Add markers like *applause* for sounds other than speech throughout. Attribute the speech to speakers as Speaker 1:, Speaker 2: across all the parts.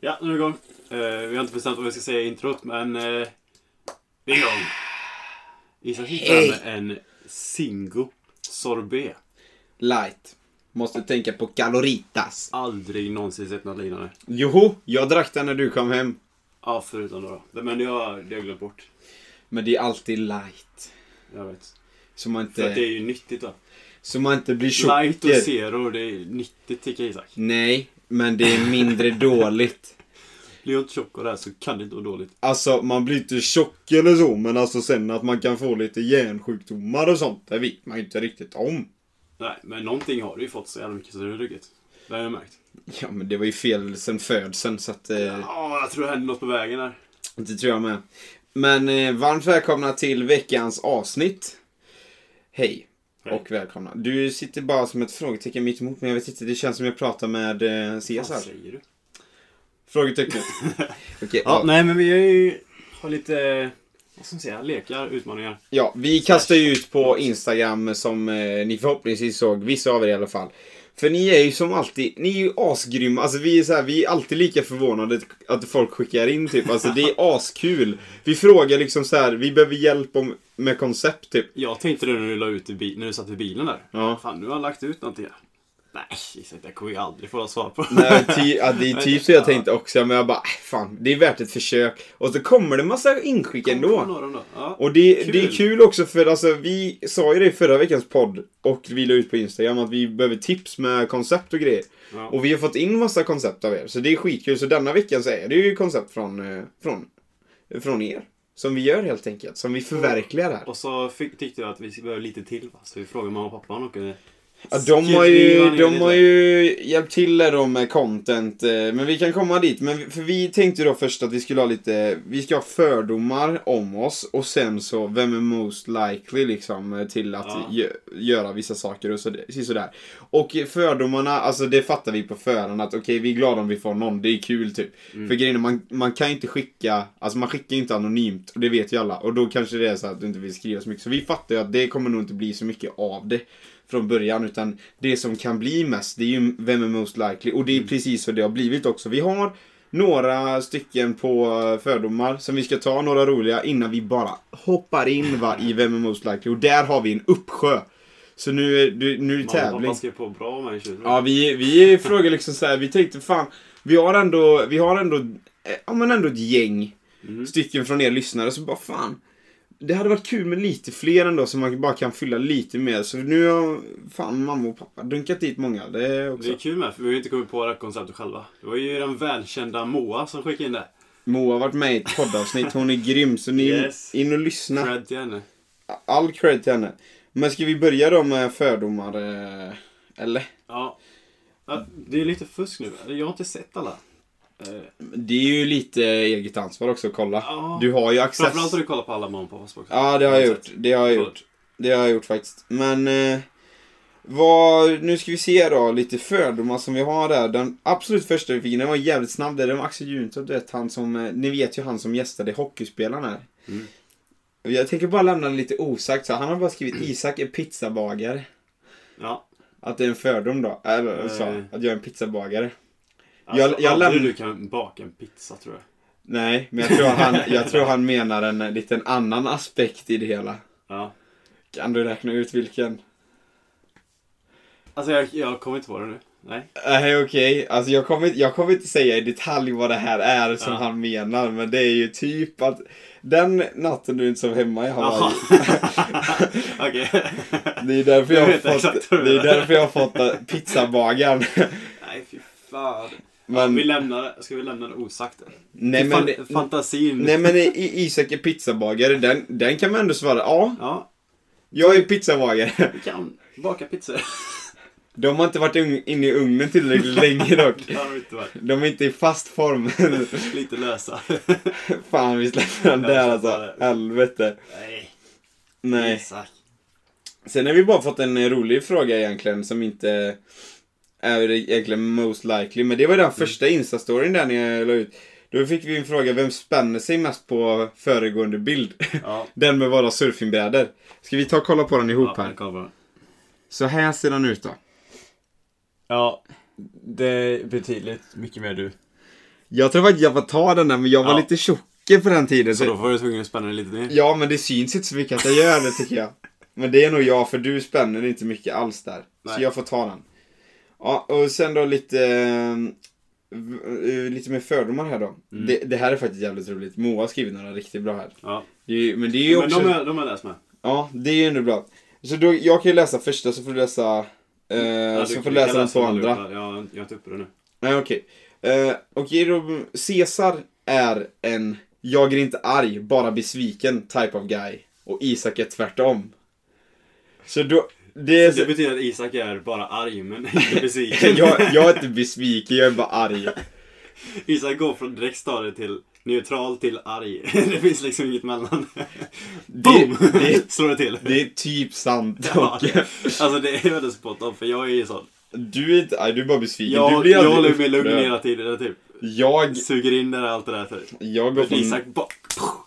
Speaker 1: nu är vi igång. Eh, vi har inte bestämt vad vi ska säga i introt, men eh, vi är igång. Isak sitter
Speaker 2: Hej.
Speaker 1: här med en Singo sorbet.
Speaker 2: Light. Måste tänka på kaloritas.
Speaker 1: Aldrig någonsin sett något liknande.
Speaker 2: Joho, jag drack den när du kom hem.
Speaker 1: Ja, förutom då. Men det har det har jag glömt bort.
Speaker 2: Men det är alltid light.
Speaker 1: Jag vet.
Speaker 2: Så man
Speaker 1: För att det
Speaker 2: inte,
Speaker 1: är ju nyttigt va.
Speaker 2: så man inte blir
Speaker 1: Light och
Speaker 2: tjocker.
Speaker 1: zero, det är nyttigt tycker jag Isak.
Speaker 2: Nej, men det är
Speaker 1: *laughs*
Speaker 2: mindre dåligt.
Speaker 1: Blir jag inte tjock av det här så kan det inte vara dåligt.
Speaker 2: Alltså, man blir inte tjock eller så, men alltså sen att man kan få lite hjärnsjukdomar och sånt, det vet man ju inte riktigt om.
Speaker 1: Nej, men någonting har du ju fått så jävla mycket så du har druckit. Det har jag märkt.
Speaker 2: Ja, men det var ju fel sen födseln, så att... Eh,
Speaker 1: Ja, jag tror det hände något på vägen här.
Speaker 2: Det tror jag med. Men eh, varmt välkomna till veckans avsnitt. Hej.
Speaker 1: Hej.
Speaker 2: Och välkomna. Du sitter bara som ett frågetecken mitt emot mig. Jag vet inte, det känns som jag pratar med eh,
Speaker 1: Vad
Speaker 2: Cesar.
Speaker 1: säger du? *laughs*
Speaker 2: Frågetecknet. Okej.
Speaker 1: Ja,
Speaker 2: ja.
Speaker 1: nej men vi har ju har lite, vad ska man säga, lekar, utmaningar.
Speaker 2: ja, vi kastar ju ut på Instagram som eh, ni förhoppningsvis såg, vissa av er i alla fall. För ni är ju som alltid, ni är ju asgrymma. Alltså vi är så här, vi är alltid lika förvånade att folk skickar in typ. Alltså det
Speaker 1: *laughs*
Speaker 2: är askul. Vi frågar liksom så här, vi behöver hjälp om, med koncept typ.
Speaker 1: Jag tänkte det när du la ut i bil, när du satt i bilen där.
Speaker 2: Ja.
Speaker 1: Fan, nu har han lagt ut någonting här. Nej, Isak, det kommer vi aldrig få något svar på.
Speaker 2: Nej, *laughs* ty, ja, det är typ så jag tänkte också, men jag bara, äh, fan, det är värt ett försök. Och så kommer det massa
Speaker 1: *laughs*
Speaker 2: inskick
Speaker 1: Kom på
Speaker 2: ändå.
Speaker 1: några då. Ja.
Speaker 2: Och det, det är
Speaker 1: Kul.
Speaker 2: kul också för alltså, vi sa ju det i förra veckans podd och vi la ut på Instagram att vi behöver tips med koncept och grejer.
Speaker 1: Ja.
Speaker 2: Och vi har fått in massa koncept av er, så det är skitkul. Så denna veckan så är det ju koncept från, eh, från, från er. Som vi gör helt enkelt, som vi förverkligar här.
Speaker 1: Och så fick, tyckte jag att vi behöver lite till va? Så vi frågade mamma och pappa om de kunde
Speaker 2: Ja, de har ju,
Speaker 1: skriva ner
Speaker 2: de
Speaker 1: lite.
Speaker 2: har ju hjälpt till där då med content, eh, men vi kan komma dit. Men vi- för vi tänkte ju då först att vi skulle ha lite, vi ska ha fördomar om oss och sen så vem är most likely liksom eh, till att
Speaker 1: Ja.
Speaker 2: gö- göra vissa saker och sådär. sådär. Och fördomarna, alltså det fattar vi på förhand att okej vi är glada om vi får någon, det är kul typ. För grejen är, man, man kan ju inte skicka, alltså man skickar ju inte anonymt och det vet ju alla. Och då kanske det är så att du inte vill skriva så mycket. Så vi fattar ju att det kommer nog inte bli så mycket av det från början. Utan det som kan bli mest, det är ju vem är most likely. Och det är precis så det har blivit också. Vi har några stycken på eh, fördomar som vi ska ta, några roliga, innan vi bara hoppar in va, i vem är most likely. Och där har vi en uppsjö. Så nu, är- du- nu är
Speaker 1: Mamma
Speaker 2: det
Speaker 1: och
Speaker 2: tävling.
Speaker 1: pappa skrev på bra med en
Speaker 2: Ja, vi, vi frågade liksom så här, vi tänkte fan, vi har ändå, vi har ändå, eh, ja men ändå ett gäng
Speaker 1: Mm.
Speaker 2: stycken från er lyssnare, så bara fan. Det hade varit kul med lite fler ändå så man bara kan fylla lite mer. Så nu har fan mamma och pappa dunkat dit många. Det är också.
Speaker 1: Det är kul med, för vi har ju inte kommit på det här konceptet själva. Det var ju den välkända Moa som skickade in det.
Speaker 2: Moa har varit med i ett poddavsnitt, hon är grym. Så ni
Speaker 1: Yes.
Speaker 2: in och lyssna.
Speaker 1: Cred till henne.
Speaker 2: All cred till henne. Men ska vi börja då med fördomar? eh, Eller?
Speaker 1: Ja. Ja, Det är lite fusk nu. Eller, Jag har inte sett alla. Eh,
Speaker 2: Det är ju lite eget ansvar också att kolla.
Speaker 1: Ja.
Speaker 2: Du har ju access.
Speaker 1: Framförallt har du kollat på alla mamma och pappas också.
Speaker 2: Ja, det har jag gjort. Det har jag gjort. Det har jag gjort faktiskt. Men eh, vad, nu ska vi se då lite fördomar som vi har där. Den absolut första vi fick, den var jävligt snabb. där. Det var Axel Juntorp, du vet han som, eh, ni vet ju han som gästade hockeyspelaren här.
Speaker 1: Mm.
Speaker 2: Jag tänker bara lämna det lite osagt så han har bara skrivit *clears throat* Isak är pizzabagare.
Speaker 1: Ja.
Speaker 2: Att det är en fördom då, Äh, eller så,
Speaker 1: Nej.
Speaker 2: att jag är en pizzabagare.
Speaker 1: Alltså,
Speaker 2: Jag- jag
Speaker 1: aldrig
Speaker 2: lämn-
Speaker 1: du kan baka en pizza tror jag.
Speaker 2: Nej, men jag tror han, jag tror han menar en eh, liten annan aspekt i det hela.
Speaker 1: Ja.
Speaker 2: Kan du räkna ut vilken?
Speaker 1: Alltså jag, jag kommer inte på det nu. Nej.
Speaker 2: Nej Eh, okej, alltså jag kommer, jag kommer inte säga i detalj vad det här är som
Speaker 1: Ja.
Speaker 2: han menar men det är ju typ att den natten du inte sov hemma i
Speaker 1: Jaha.
Speaker 2: Hawaii.
Speaker 1: *laughs* Okej.
Speaker 2: Det är därför
Speaker 1: Jag
Speaker 2: jag,
Speaker 1: vet
Speaker 2: har
Speaker 1: exakt
Speaker 2: fått,
Speaker 1: vad du
Speaker 2: det är
Speaker 1: menar.
Speaker 2: därför jag har fått eh, pizzabagaren.
Speaker 1: Nej fy fan.
Speaker 2: Men,
Speaker 1: Vi lämnar, ska vi lämna det osagt?
Speaker 2: nej,
Speaker 1: Fan-
Speaker 2: men,
Speaker 1: Fantasin.
Speaker 2: nej men i- i- Isak är pizzabagare, den, den kan man ändå svara ja,
Speaker 1: Ja,
Speaker 2: jag är pizzabagare.
Speaker 1: vi kan baka pizza. *laughs*
Speaker 2: De har inte varit ung- inne i ugnen tillräckligt länge dock.
Speaker 1: Det har vi inte varit.
Speaker 2: De är inte i fast form. *laughs*
Speaker 1: Lite lösa.
Speaker 2: Fan vi släpper den
Speaker 1: Jag
Speaker 2: där
Speaker 1: släpper
Speaker 2: alltså,
Speaker 1: det.
Speaker 2: helvete.
Speaker 1: *laughs* Nej.
Speaker 2: Nej.
Speaker 1: Isak.
Speaker 2: Sen har vi bara fått en eh, rolig fråga egentligen som inte är egentligen most likely. Men det var den
Speaker 1: Mm.
Speaker 2: första instastoryn där när jag la ut. Då fick vi en fråga, vem spänner sig mest på föregående bild? *laughs*
Speaker 1: Ja.
Speaker 2: den med våra surfingbrädor. Ska vi ta och kolla på den ihop
Speaker 1: Ja,
Speaker 2: här?
Speaker 1: det kommer bra.
Speaker 2: Så här ser den ut då.
Speaker 1: Ja, det är betydligt mycket mer du.
Speaker 2: Jag tror faktiskt jag får ta den där, men jag var
Speaker 1: Ja.
Speaker 2: lite tjockig på den tiden.
Speaker 1: Så
Speaker 2: Så...
Speaker 1: då var du tvungen att spänna dig lite ner.
Speaker 2: Ja, men det syns inte så mycket att jag gör det tycker jag. Men det är nog jag, för du spänner inte mycket alls där. Så
Speaker 1: Nej.
Speaker 2: jag får ta den. Ja, och sen då lite... eh, v- eh, Lite mer fördomar här då.
Speaker 1: Mm.
Speaker 2: Det, det här är faktiskt jävligt roligt. Moa har skrivit några riktigt bra här.
Speaker 1: Ja.
Speaker 2: Det är, ju- men det är ju
Speaker 1: Men
Speaker 2: också...
Speaker 1: de har de har jag läst med.
Speaker 2: Ja, det är ju ändå bra. Så då, jag kan ju läsa första så får du läsa... Eh,
Speaker 1: Ja,
Speaker 2: så
Speaker 1: du- du
Speaker 2: får du läsa
Speaker 1: Alltså, kan
Speaker 2: de två
Speaker 1: den
Speaker 2: andra.
Speaker 1: allihopa. Ja, jag är inte uppe det nu.
Speaker 2: Nej, okej. Eh, Okej, då. Caesar är en jag är inte arg, bara besviken type of guy. Och Isak är tvärtom. Så då... Det är
Speaker 1: Det
Speaker 2: så,
Speaker 1: betyder att Isak är bara arg men *laughs* inte besviken.
Speaker 2: *laughs* jag, jag är inte besviken, jag är bara arg.
Speaker 1: Isak går från direkt stadiet till neutral till arg. *laughs* Det finns liksom inget mellan. Boom!
Speaker 2: det-
Speaker 1: *laughs* Slår det till.
Speaker 2: Det är typ sant.
Speaker 1: *laughs* Ja,
Speaker 2: Dock.
Speaker 1: alltså det är väldigt spot on för jag är ju sån.
Speaker 2: Du är inte arg, du är bara besviken. du
Speaker 1: Jag,
Speaker 2: blir
Speaker 1: jag
Speaker 2: aldrig
Speaker 1: håller mig lugn
Speaker 2: upprörd.
Speaker 1: hela tiden typ.
Speaker 2: Jag,
Speaker 1: Suger in det där allt det där typ.
Speaker 2: jag går
Speaker 1: Men
Speaker 2: från
Speaker 1: Isak bara...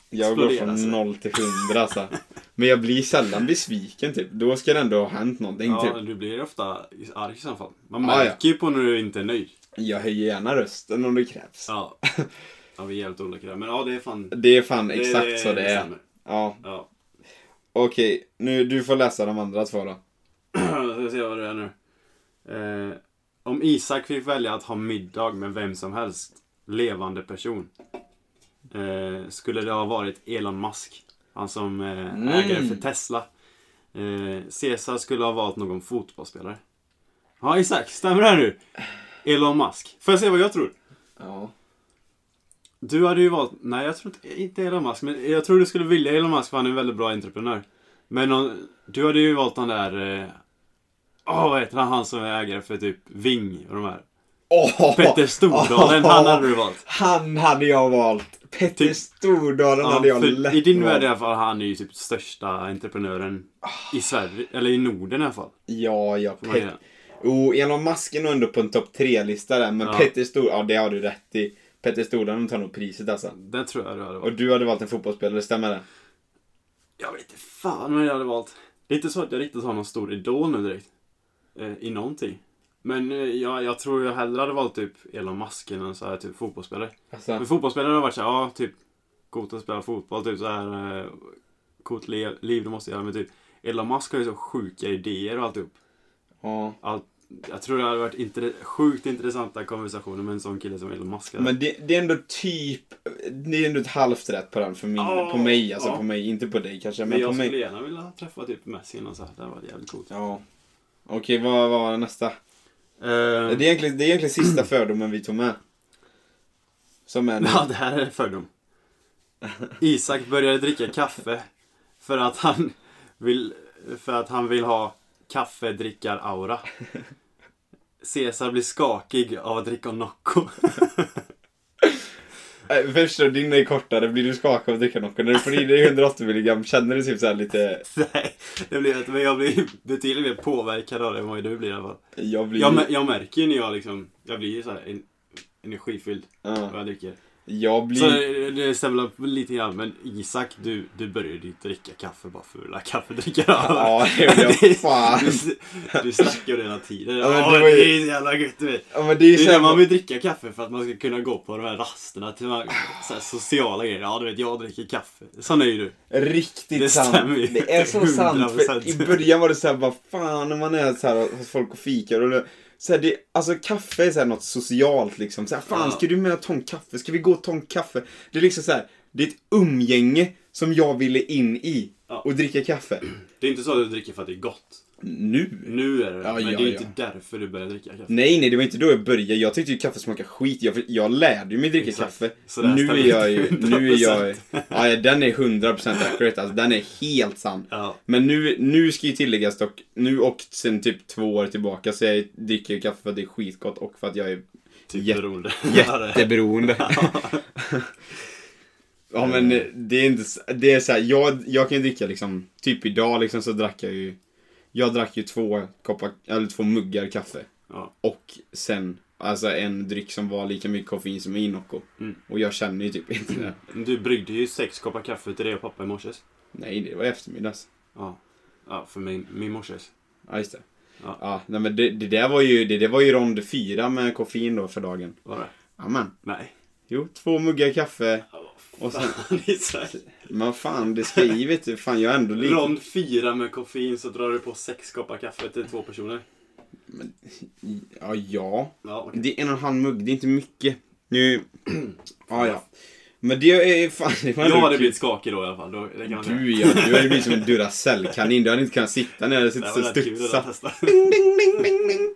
Speaker 2: Jag går
Speaker 1: exploderar,
Speaker 2: från
Speaker 1: så.
Speaker 2: 0 till 100 alltså. Men jag blir sällan besviken typ. Då ska det ändå ha hänt någonting
Speaker 1: Ja,
Speaker 2: typ.
Speaker 1: du blir ofta arg i så fall. Man
Speaker 2: Ah, ja.
Speaker 1: märker ju på när du inte är nöjd.
Speaker 2: Jag höjer gärna rösten om det krävs. *laughs*
Speaker 1: Ja. ja, vi är jävligt olika där. Men ja, det är fan...
Speaker 2: Det är fan exakt så det är.
Speaker 1: stämmer.
Speaker 2: Ja,
Speaker 1: Ja. *clears throat*
Speaker 2: okej. Nu, du får läsa de andra två då.
Speaker 1: Jag ska se vad det är nu. Eh, om Isak fick välja att ha middag med vem som helst, levande person, eh, skulle det ha varit Elon Musk. Han som eh,
Speaker 2: Mm.
Speaker 1: ägare för Tesla. Eh, Caesar skulle ha valt någon fotbollsspelare. Ja, Isak, stämmer det här nu? Elon Musk. Får jag se vad jag tror?
Speaker 2: Ja.
Speaker 1: Du hade ju valt, nej jag tror inte, inte Elon Musk, men jag tror du skulle vilja Elon Musk för han är en väldigt bra entreprenör. Men om, du hade ju valt den där, eh, åh vad heter han, han som är ägare för typ Ving och de här.
Speaker 2: Åh!
Speaker 1: Petter Stordalen, han hade du valt.
Speaker 2: Han hade jag valt. Petter
Speaker 1: Typ-
Speaker 2: Stordalen hade
Speaker 1: Ja,
Speaker 2: jag
Speaker 1: för
Speaker 2: lätt
Speaker 1: I din
Speaker 2: valt.
Speaker 1: värld i alla fall, han är ju typ största entreprenören i Sverige, eller i Norden i alla fall.
Speaker 2: Ja, ja.
Speaker 1: Får man
Speaker 2: Pet...
Speaker 1: säga.
Speaker 2: Oh, Elon Musk är nog ändå på en topp tre-lista där. Men
Speaker 1: Ja.
Speaker 2: Petter Stordalen, ja det har du rätt i. Petter Stordalen tar nog priset alltså.
Speaker 1: Det tror jag du hade
Speaker 2: Och
Speaker 1: valt.
Speaker 2: du hade valt en fotbollsspelare, stämmer det?
Speaker 1: Jag vet inte fan vad jag hade valt. Det är inte så att jag riktigt har någon stor idol nu direkt. Eh, I någonting. Men eh, jag, jag tror jag hellre hade valt typ Elon Musk eller en så här typ fotbollsspelare.
Speaker 2: Alltså,
Speaker 1: Men fotbollsspelare har varit såhär, ja typ coolt att spela fotboll, typ såhär eh, coolt le- liv du måste göra. Men typ Elon Musk har ju så sjuka idéer och alltihop.
Speaker 2: ja.
Speaker 1: Allt, jag tror det hade varit intre- sjukt intressanta konversationer med en sån kille som Elon Musk. hade.
Speaker 2: Men det, det är ändå typ, det är ändå ett halvt rätt på den för min,
Speaker 1: Ja,
Speaker 2: på mig alltså,
Speaker 1: ja.
Speaker 2: på mig, inte på dig kanske, men,
Speaker 1: men
Speaker 2: på
Speaker 1: jag
Speaker 2: mig.
Speaker 1: skulle gärna vilja träffa typ Messi eller något så här. det hade varit jävligt coolt.
Speaker 2: Ja. Okej, vad vad var nästa?
Speaker 1: Eh,
Speaker 2: Det är egentligen, det är egentligen sista fördomen vi tog med. Som är nu.
Speaker 1: Ja, det här är fördom. Isak började dricka kaffe för att han vill, för att han vill ha kaffedrickar-aura. Cesar blir skakig av att dricka Nocco. *laughs*
Speaker 2: Äh, Först då, din är kortare, blir du skakad av att dricka Nocco? När du får i dig 180 milligram, känner du typ såhär lite,
Speaker 1: Nej, det blir inte, men jag blir betydligt mer påverkad av det än vad du blir i alla fall.
Speaker 2: jag blir...
Speaker 1: Jag, mä- jag märker ju när jag liksom, jag blir ju så här en, energifylld
Speaker 2: ja,
Speaker 1: vad jag dricker.
Speaker 2: jag blir...
Speaker 1: Så det- det stämmer väl lite grann, men Isak, du, du började ju dricka kaffe bara för att vilja ha kaffedrickar-aura.
Speaker 2: Ja, *laughs* det gjorde jag. Fan.
Speaker 1: *laughs* Du, du snackar ju det hela tiden.
Speaker 2: Ja,
Speaker 1: Ja,
Speaker 2: men det
Speaker 1: det,
Speaker 2: var ju-
Speaker 1: är så jävla gött du vet.
Speaker 2: Ja men det är ju
Speaker 1: Det är
Speaker 2: såhär,
Speaker 1: där man vill dricka kaffe för att man ska kunna gå på de här rasterna till de här, så här sociala grejer. Ja du vet, jag dricker kaffe. Sån är ju du.
Speaker 2: Riktigt
Speaker 1: Det
Speaker 2: sant.
Speaker 1: stämmer ju.
Speaker 2: Det är så sant. För
Speaker 1: 100%.
Speaker 2: I början var det så här, vad fan när man är så här hos folk och fikar. Och det- så här, det, alltså kaffe är så här något socialt liksom. Så här, fan
Speaker 1: Ja.
Speaker 2: ska du med och ta en kaffe? Ska vi gå och ta en kaffe? Det är liksom så här, det är ett umgänge som jag ville in i.
Speaker 1: Ja.
Speaker 2: Och dricka kaffe.
Speaker 1: Det är inte så att du dricker för att det är gott.
Speaker 2: Nu?
Speaker 1: Nu är det
Speaker 2: Ja,
Speaker 1: men
Speaker 2: ja,
Speaker 1: det är
Speaker 2: ja.
Speaker 1: inte därför du börjar dricka kaffe.
Speaker 2: Nej, nej, det var inte då jag började. Jag tyckte ju kaffe smakade skit. Jag, jag lärde ju mig dricka
Speaker 1: Exakt.
Speaker 2: kaffe.
Speaker 1: Så det här
Speaker 2: Nu
Speaker 1: stämmer
Speaker 2: är
Speaker 1: *laughs*
Speaker 2: jag ju,
Speaker 1: inte
Speaker 2: nu är jag
Speaker 1: 100%.
Speaker 2: ja, ja, den är 100% accurate. Alltså, den är helt sann.
Speaker 1: Ja.
Speaker 2: Men nu, nu ska ju tilläggas dock, nu och sen typ två år tillbaka så jag dricker ju kaffe för att det är skitgott och för att jag är
Speaker 1: Typ
Speaker 2: Jätte-
Speaker 1: beroende.
Speaker 2: jätteberoende. ja men eh, det är inte, s- det är såhär, jag, jag kan ju dricka liksom, typ idag liksom så drack jag ju, jag drack ju två koppar, eller två muggar kaffe.
Speaker 1: *laughs* Ja.
Speaker 2: Och sen, alltså en dryck som var lika mycket koffein som i Nocco.
Speaker 1: Mm.
Speaker 2: Och jag känner ju typ inte det.
Speaker 1: Du bryggde ju sex koppar kaffe till dig och pappa i morse.
Speaker 2: Nej, det var i eftermiddags.
Speaker 1: Ja. Ja, för min, min morses.
Speaker 2: Ja, just det. Ja.
Speaker 1: Ja.
Speaker 2: nej, men det, det där var ju, det, det var ju rond fyra med koffein då för dagen.
Speaker 1: Var det?
Speaker 2: Amen.
Speaker 1: Nej.
Speaker 2: Jo, två muggar kaffe. Och sen,
Speaker 1: Fan, *laughs* Isak.
Speaker 2: men fan, det ska i vet du. Fan, jag är ändå lite...
Speaker 1: Rond fyra med koffein så drar du på sex koppar kaffe till två personer.
Speaker 2: Ja, ja.
Speaker 1: Ja, okej.
Speaker 2: Det är en och en halv mugg, det är inte mycket. Nu... *clears throat* ja, ja. Men det är fan... Det var
Speaker 1: Då
Speaker 2: ändå
Speaker 1: hade det
Speaker 2: kul.
Speaker 1: blivit skakig då i alla fall. Då, det kan man säga.
Speaker 2: Du ja, du hade blivit som en Duracell-kanin. Du hade inte kunnat sitta ner och
Speaker 1: Det
Speaker 2: sitta
Speaker 1: här
Speaker 2: och
Speaker 1: var rätt kul att
Speaker 2: studsa.
Speaker 1: testa.
Speaker 2: Ding, ding, ding, ding, ding.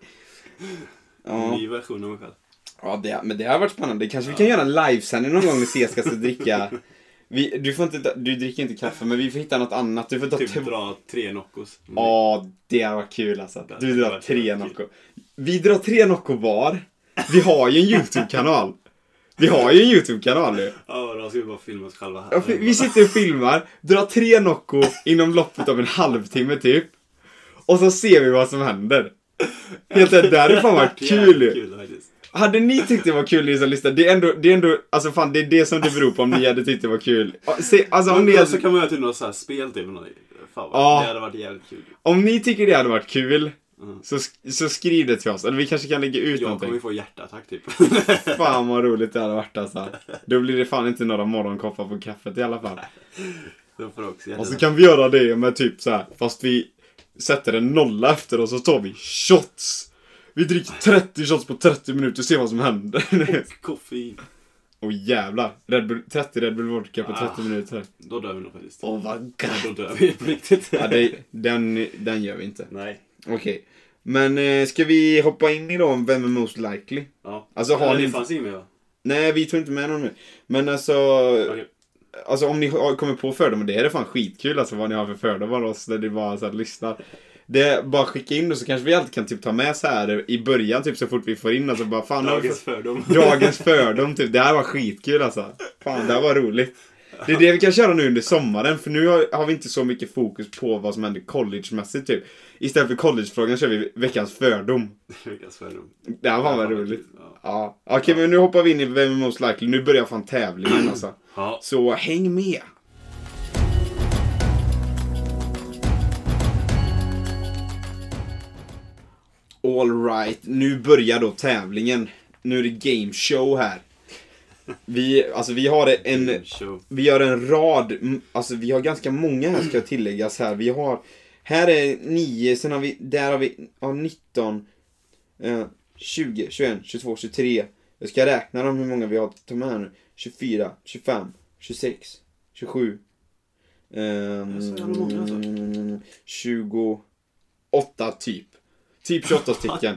Speaker 2: *laughs* Ja,
Speaker 1: Ny version av mig själv.
Speaker 2: ja det, men det har varit spännande. Kanske vi kan göra en livesändning någon gång när Ceska ska dricka. *laughs* Vi, du, får inte, ta- du dricker inte kaffe, men vi får hitta något annat. Du får ta
Speaker 1: Typ
Speaker 2: typ
Speaker 1: dra tre Noccos.
Speaker 2: Ja, det hade varit kul alltså.
Speaker 1: Det hade
Speaker 2: Du drar
Speaker 1: varit
Speaker 2: tre
Speaker 1: kul.
Speaker 2: Nocco. Vi drar tre Nocco var. Vi har ju en YouTube-kanal. Vi har ju en YouTube-kanal nu.
Speaker 1: Ja, då ska vi bara filma oss själva
Speaker 2: Ja,
Speaker 1: här.
Speaker 2: för Vi sitter och filmar, drar tre Nocco inom loppet av en halvtimme typ. Och så ser vi vad som händer. Helt enkelt, det hade fan varit kul
Speaker 1: *laughs* Jävligt
Speaker 2: ju.
Speaker 1: kul faktiskt.
Speaker 2: Hade ni tyckt det var kul ni som lyssnar, det är ändå, det är ändå, alltså fan det är det som det beror på om
Speaker 1: *laughs*
Speaker 2: ni hade tyckt det var kul. Se, alltså om ni
Speaker 1: Men,
Speaker 2: hade...
Speaker 1: så kan man göra till något så här spel typ. något- Fan, vad-
Speaker 2: Ja.
Speaker 1: Det hade varit jävligt kul.
Speaker 2: Om ni tycker det hade varit kul,
Speaker 1: Mm.
Speaker 2: så, sk- så skriv det till oss. Eller vi kanske kan lägga ut
Speaker 1: Jag kommer ju
Speaker 2: någonting.
Speaker 1: få hjärtattack
Speaker 2: *laughs*
Speaker 1: typ.
Speaker 2: Fan vad roligt det hade varit alltså. Då blir det fan inte några morgonkoppar på kaffet i alla fall.
Speaker 1: Då får du också
Speaker 2: Och så
Speaker 1: hjärtattack.
Speaker 2: kan vi göra det med typ så här, fast vi sätter en nolla efter oss och så tar vi shots. Vi dricker 30 shots på 30 minuter och ser vad som händer. *laughs*
Speaker 1: Koffein.
Speaker 2: Åh jävlar. Red Bull, 30 Red Bull Vodka på 30
Speaker 1: Ah.
Speaker 2: minuter.
Speaker 1: Då dör vi nog faktiskt.
Speaker 2: Åh oh vad
Speaker 1: Då dör vi på riktigt.
Speaker 2: Ja, det, den, den gör vi inte.
Speaker 1: Nej.
Speaker 2: Okej. Men eh, ska vi hoppa in i då om vem är most likely?
Speaker 1: Ja.
Speaker 2: Alltså, har
Speaker 1: Eller,
Speaker 2: ni-
Speaker 1: Det fanns inget mer va?
Speaker 2: Nej, vi tog inte med någon mer. Men alltså,
Speaker 1: Okej.
Speaker 2: alltså om ni har- kommer på fördomar, det här är fan skitkul alltså vad ni har för fördomar oss när ni bara så här, lyssnar. Det, bara skicka in det så kanske vi alltid kan typ ta med så här i början typ så fort vi får in alltså bara fan har vi
Speaker 1: Dagens fördom.
Speaker 2: för, *laughs* dagens fördom typ. Det här var skitkul alltså. Fan det här var roligt. Det är det vi kan köra nu under sommaren för nu har, har vi inte så mycket fokus på vad som händer collegemässigt typ. Istället för collegefrågan kör vi veckans fördom.
Speaker 1: Veckans fördom.
Speaker 2: Det här var
Speaker 1: Ja,
Speaker 2: väl
Speaker 1: fan,
Speaker 2: roligt.
Speaker 1: ja.
Speaker 2: Ja, okej men nu hoppar vi in i Vem är most likely? Nu börjar fan tävlingen alltså.
Speaker 1: Ja.
Speaker 2: Så häng med! All right, nu börjar då tävlingen. Nu är det game show här. Vi, alltså vi har en,
Speaker 1: Show.
Speaker 2: vi gör en rad, mm, alltså vi har ganska många här ska tilläggas här. Vi har, här är 9, sen har vi, där har vi, ja 19, eh, 20, 21, 22, 23. Jag ska räkna dem hur många vi har tagit med här nu. 24, 25, 26, 27. Ehm,
Speaker 1: är så jävla många, alltså.
Speaker 2: Um, 28 typ. Typ
Speaker 1: *laughs*
Speaker 2: 28 stycken.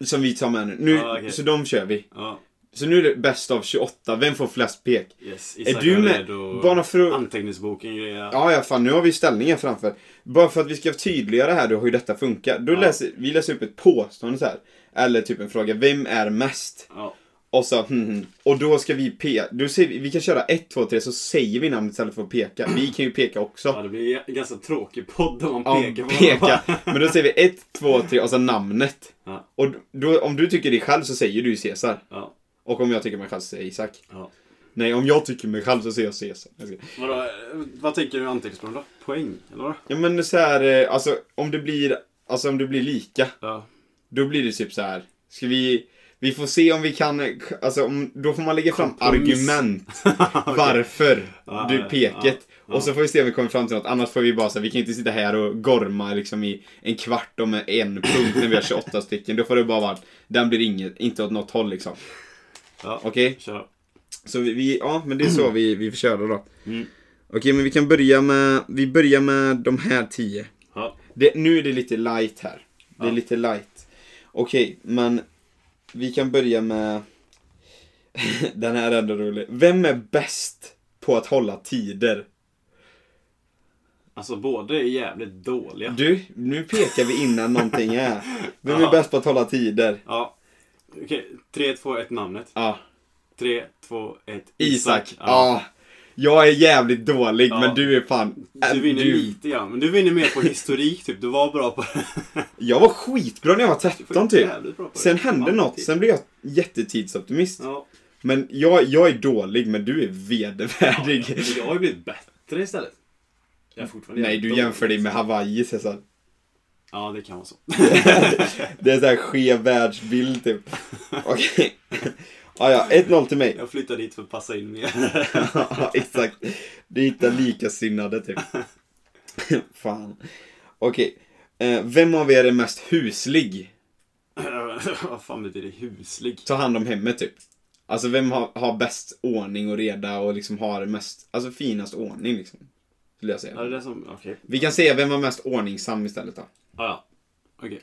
Speaker 2: Som vi tar med nu. nu
Speaker 1: Ja, okej.
Speaker 2: Så de kör vi.
Speaker 1: Ja.
Speaker 2: Så nu är det bäst av 28. Vem får flest pek?
Speaker 1: Yes.
Speaker 2: Är
Speaker 1: Isak
Speaker 2: du
Speaker 1: var
Speaker 2: med?
Speaker 1: redo.
Speaker 2: Bara för att...
Speaker 1: Anteckningsboken grejer.
Speaker 2: Ja, ja, fan nu har vi ställningen framför. Bara för att vi ska tydliggöra här då hur detta funkar. Då
Speaker 1: Ja.
Speaker 2: läser vi läser upp ett påstående så här. Eller typ en fråga. Vem är mest?
Speaker 1: Ja.
Speaker 2: Och så hmm, hmm. Och då ska vi peka. Då säger vi, vi kan köra 1, 2, 3 så säger vi namnet istället för att peka. Vi kan ju peka
Speaker 1: Ja,
Speaker 2: också.
Speaker 1: det blir en ganska tråkig podd om man
Speaker 2: Ja,
Speaker 1: pekar på
Speaker 2: peka.
Speaker 1: varandra.
Speaker 2: Men då säger vi 1, 2, 3 och så namnet.
Speaker 1: Ja.
Speaker 2: Och då, om du tycker dig själv så säger du Cesar.
Speaker 1: Ja.
Speaker 2: Och om jag tycker mig själv så säger Isak.
Speaker 1: Ja.
Speaker 2: Nej, om jag tycker mig själv så säger jag Cesar. Jag ska-
Speaker 1: Vadå, eh, vad tänker du med anteckningsboken då? Poäng, eller vad?
Speaker 2: Ja men så här, eh, alltså om det blir, alltså om det blir lika,
Speaker 1: *laughs* Ja.
Speaker 2: då blir det typ så här. Ska vi, vi får se om vi kan, eh, k- alltså om, då får man lägga fram
Speaker 1: Kompromiss.
Speaker 2: argument
Speaker 1: *laughs*
Speaker 2: varför
Speaker 1: Ja,
Speaker 2: du
Speaker 1: ja,
Speaker 2: peket.
Speaker 1: ja.
Speaker 2: Och så får vi se om vi kommer fram till något, annars får vi bara så här, vi kan inte sitta här och gorma liksom i en kvart om en punkt när
Speaker 1: *laughs*
Speaker 2: vi har 28 stycken. Då får det bara vara, att den blir inget, inte åt något håll liksom.
Speaker 1: Ja.
Speaker 2: Okej?
Speaker 1: Kör då.
Speaker 2: Så vi, vi, ja men det
Speaker 1: *clears throat*
Speaker 2: är så vi, vi får köra då.
Speaker 1: Mm.
Speaker 2: Okej men vi kan börja med, vi börjar med de här 10.
Speaker 1: Ja.
Speaker 2: Det, nu är det lite light här. Det är
Speaker 1: Ja.
Speaker 2: lite light. Okej, men vi kan börja med... *laughs* Den här är ändå rolig. Vem är bäst på att hålla tider?
Speaker 1: Alltså båda är jävligt dåliga.
Speaker 2: Du, nu pekar vi innan någonting är. Vem är
Speaker 1: Ja.
Speaker 2: bäst på att hålla tider?
Speaker 1: Ja. Okej, 3, 2, 1 namnet.
Speaker 2: Ja,
Speaker 1: 3, 2, 1
Speaker 2: Isak. Ja. Jag är jävligt dålig,
Speaker 1: Ja.
Speaker 2: men du är fan... äh,
Speaker 1: Du vinner lite grann, men du vinner mer på historik typ. Du var bra på det.
Speaker 2: Jag var skitbra när jag var
Speaker 1: Du var
Speaker 2: 13 typ.
Speaker 1: jävligt bra på det.
Speaker 2: Sen hände
Speaker 1: Ja,
Speaker 2: något,
Speaker 1: typ.
Speaker 2: sen blev jag jättetidsoptimist.
Speaker 1: Ja.
Speaker 2: Men jag, jag är dålig, men du är vedervärdig.
Speaker 1: Men Jag har ju blivit bättre istället. Jag är fortfarande
Speaker 2: Nej, du
Speaker 1: jävligt
Speaker 2: jämför
Speaker 1: dålig.
Speaker 2: dig med Hawaii Cesar.
Speaker 1: Ja, det kan vara så.
Speaker 2: Det är en sån här skev världsbild typ. Okej. Ah, ja, 1-0
Speaker 1: *laughs*
Speaker 2: till mig.
Speaker 1: Jag flyttar dit för att passa in mer. *laughs*
Speaker 2: Ja, *laughs* exakt. Du hittar likasinnade typ. Fan. Okej. Eh, vem av er är mest huslig?
Speaker 1: Vad fan betyder det? Huslig?
Speaker 2: Ta hand om hemmet typ. Alltså vem har, har bäst ordning och reda och liksom har mest, alltså finast ordning liksom. Skulle
Speaker 1: Ja,
Speaker 2: jag
Speaker 1: det
Speaker 2: säga.
Speaker 1: är det som... Okej.
Speaker 2: Vi kan säga vem var mest ordningsam istället då.
Speaker 1: Ah, ja. Okej.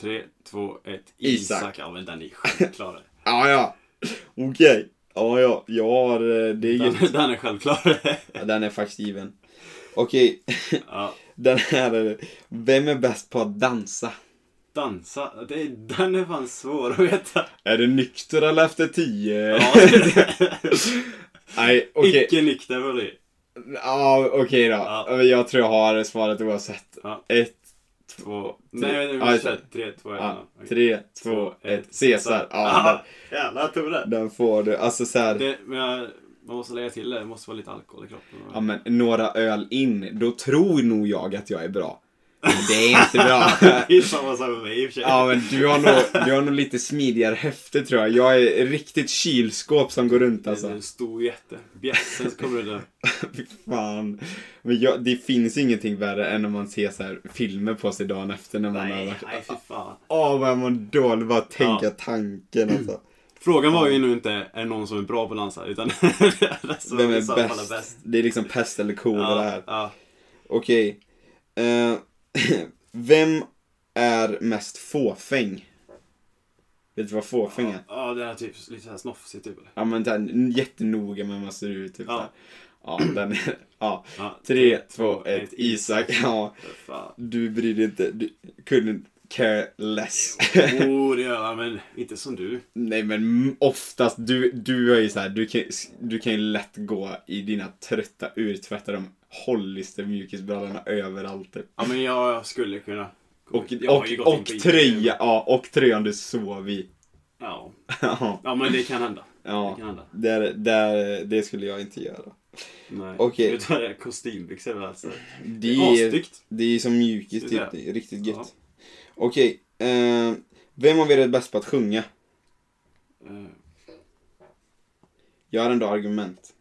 Speaker 1: Tre, två, ett.
Speaker 2: Isak.
Speaker 1: Isak. Ja, men den är
Speaker 2: *laughs*
Speaker 1: självklar.
Speaker 2: Ah, ja. Okej. Ja, ja. Jag har, eh, det är
Speaker 1: Den,
Speaker 2: ju...
Speaker 1: den är självklar.
Speaker 2: Ja, Den är faktiskt given. Okej. *laughs*
Speaker 1: ja.
Speaker 2: Den här är... Vem är bäst på att dansa?
Speaker 1: Dansa. Det, är- den är fan svår att
Speaker 2: *laughs*
Speaker 1: veta.
Speaker 2: Är du nykter eller efter tio?
Speaker 1: Ja.
Speaker 2: Nej, okej.
Speaker 1: Icke nykter var det.
Speaker 2: Ja, okej då.
Speaker 1: Ja.
Speaker 2: Men Jag tror jag har svaret oavsett.
Speaker 1: Ja.
Speaker 2: Ett,
Speaker 1: Två... Nej, jag vet inte.
Speaker 2: Ja,
Speaker 1: vi
Speaker 2: just
Speaker 1: kör
Speaker 2: det.
Speaker 1: Tre, två, ett.
Speaker 2: ja,
Speaker 1: Ja. Okej.
Speaker 2: tre, två, ett. Caesar. Ja,
Speaker 1: Ah, Jävlar, jag tog det.
Speaker 2: den, den får du. Alltså så här,
Speaker 1: det men jag, man måste lägga till det. Det måste vara lite alkohol i kroppen.
Speaker 2: ja men några öl in, då tror nog jag att jag är bra. Men det är inte bra.
Speaker 1: *laughs* *laughs* Det är samma sak med mig i och för sig.
Speaker 2: Ja men du har, nog, du har nog lite smidigare höfter tror jag. Jag är riktigt kylskåp som går runt
Speaker 1: Det är
Speaker 2: alltså.
Speaker 1: en stor jätte. Bjässen så kommer du dö.
Speaker 2: *laughs* Fy fan. Men jag, det finns ingenting värre än när man ser så här filmer på sig dagen efter när man har
Speaker 1: Nej,
Speaker 2: varit...
Speaker 1: nej fy fan.
Speaker 2: Åh vad jag mår dåligt bara att tänka
Speaker 1: Ja.
Speaker 2: tanken alltså.
Speaker 1: Frågan var ju nu inte är någon som är bra på att dansa utan *laughs* resten
Speaker 2: Vem
Speaker 1: i *clears throat* så
Speaker 2: är
Speaker 1: fall
Speaker 2: bäst? Det är liksom pest eller kolera
Speaker 1: Ja,
Speaker 2: här.
Speaker 1: ja.
Speaker 2: Okej. Eh, *laughs* vem är mest fåfäng? Vet du vad fåfäng är?
Speaker 1: ja, det är typ lite så här snofsigt typ. eller?
Speaker 2: Ja men den jättenoga med hur man ser ut. Typ
Speaker 1: Ja.
Speaker 2: ja. ja, den ja.
Speaker 1: Ja,
Speaker 2: Tre, två, ett, Isak. *laughs* Ja, *laughs*
Speaker 1: Fan.
Speaker 2: du bryr dig inte. Du couldn't care less. *laughs*
Speaker 1: Oh, det gör jag, men inte som du.
Speaker 2: Nej men oftast, du, du är ju så här, du kan, du kan ju lätt gå i dina trötta urtvättade Hollister mjukisbrallorna överallt typ.
Speaker 1: Ja, men jag, jag skulle kunna.
Speaker 2: Och,
Speaker 1: Jag har
Speaker 2: och,
Speaker 1: ju gått in
Speaker 2: och
Speaker 1: på Ica.
Speaker 2: tröja, ja, och tröjan du sov i. *laughs*
Speaker 1: Ja.
Speaker 2: ja,
Speaker 1: ja, men det kan hända. Det
Speaker 2: ja.
Speaker 1: kan hända.
Speaker 2: Där, där, det skulle jag inte göra.
Speaker 1: Nej.
Speaker 2: Okej.
Speaker 1: Vet du vad det är? Kostymbyxor väl alltså.
Speaker 2: Det
Speaker 1: Det
Speaker 2: är,
Speaker 1: är
Speaker 2: det är,
Speaker 1: assnyggt.
Speaker 2: som mjukis
Speaker 1: Det
Speaker 2: typ,
Speaker 1: är
Speaker 2: det är riktigt
Speaker 1: Ja.
Speaker 2: gött. Okej, eh, vem av er är bäst på att sjunga?
Speaker 1: Eh,
Speaker 2: Jag har ändå argument.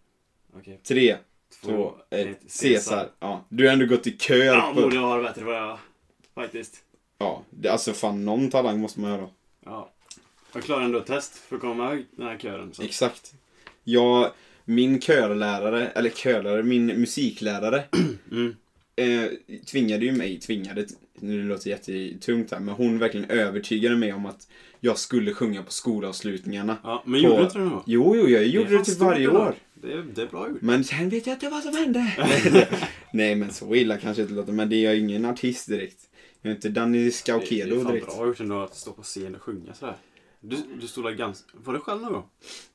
Speaker 1: Okej.
Speaker 2: Tre, två, ett, Caesar. Ja, du har ändå gått i kö
Speaker 1: Ja,
Speaker 2: på...
Speaker 1: borde vara bättre vad jag faktiskt.
Speaker 2: Ja, det, alltså fan någon talang måste man göra.
Speaker 1: Ja. Jag klarade ändå ett test för att komma i den här kören. Så.
Speaker 2: Exakt. Jag, min körlärare, eller körlärare, min musiklärare
Speaker 1: *clears throat* Mm.
Speaker 2: eh, tvingade ju mig, tvingade, nu låter det jättetungt här, men hon verkligen övertygade mig om att jag skulle sjunga på skolavslutningarna.
Speaker 1: Ja, men
Speaker 2: På-
Speaker 1: gjorde du inte det någon gång?
Speaker 2: Jo, jo, jag gjorde det,
Speaker 1: fan
Speaker 2: typ
Speaker 1: stort
Speaker 2: varje
Speaker 1: ändå.
Speaker 2: år.
Speaker 1: Det är, det är bra gjort.
Speaker 2: Men sen vet jag inte vad som
Speaker 1: *laughs*
Speaker 2: hände. Nej, men så illa kanske inte låter, men det är jag ingen artist direkt. Jag är inte Danny
Speaker 1: det, det är
Speaker 2: Skaukedo
Speaker 1: fan
Speaker 2: direkt.
Speaker 1: bra gjort ändå att stå på scen och sjunga sådär. Du, du stod där ganska... Var det själv någon gång?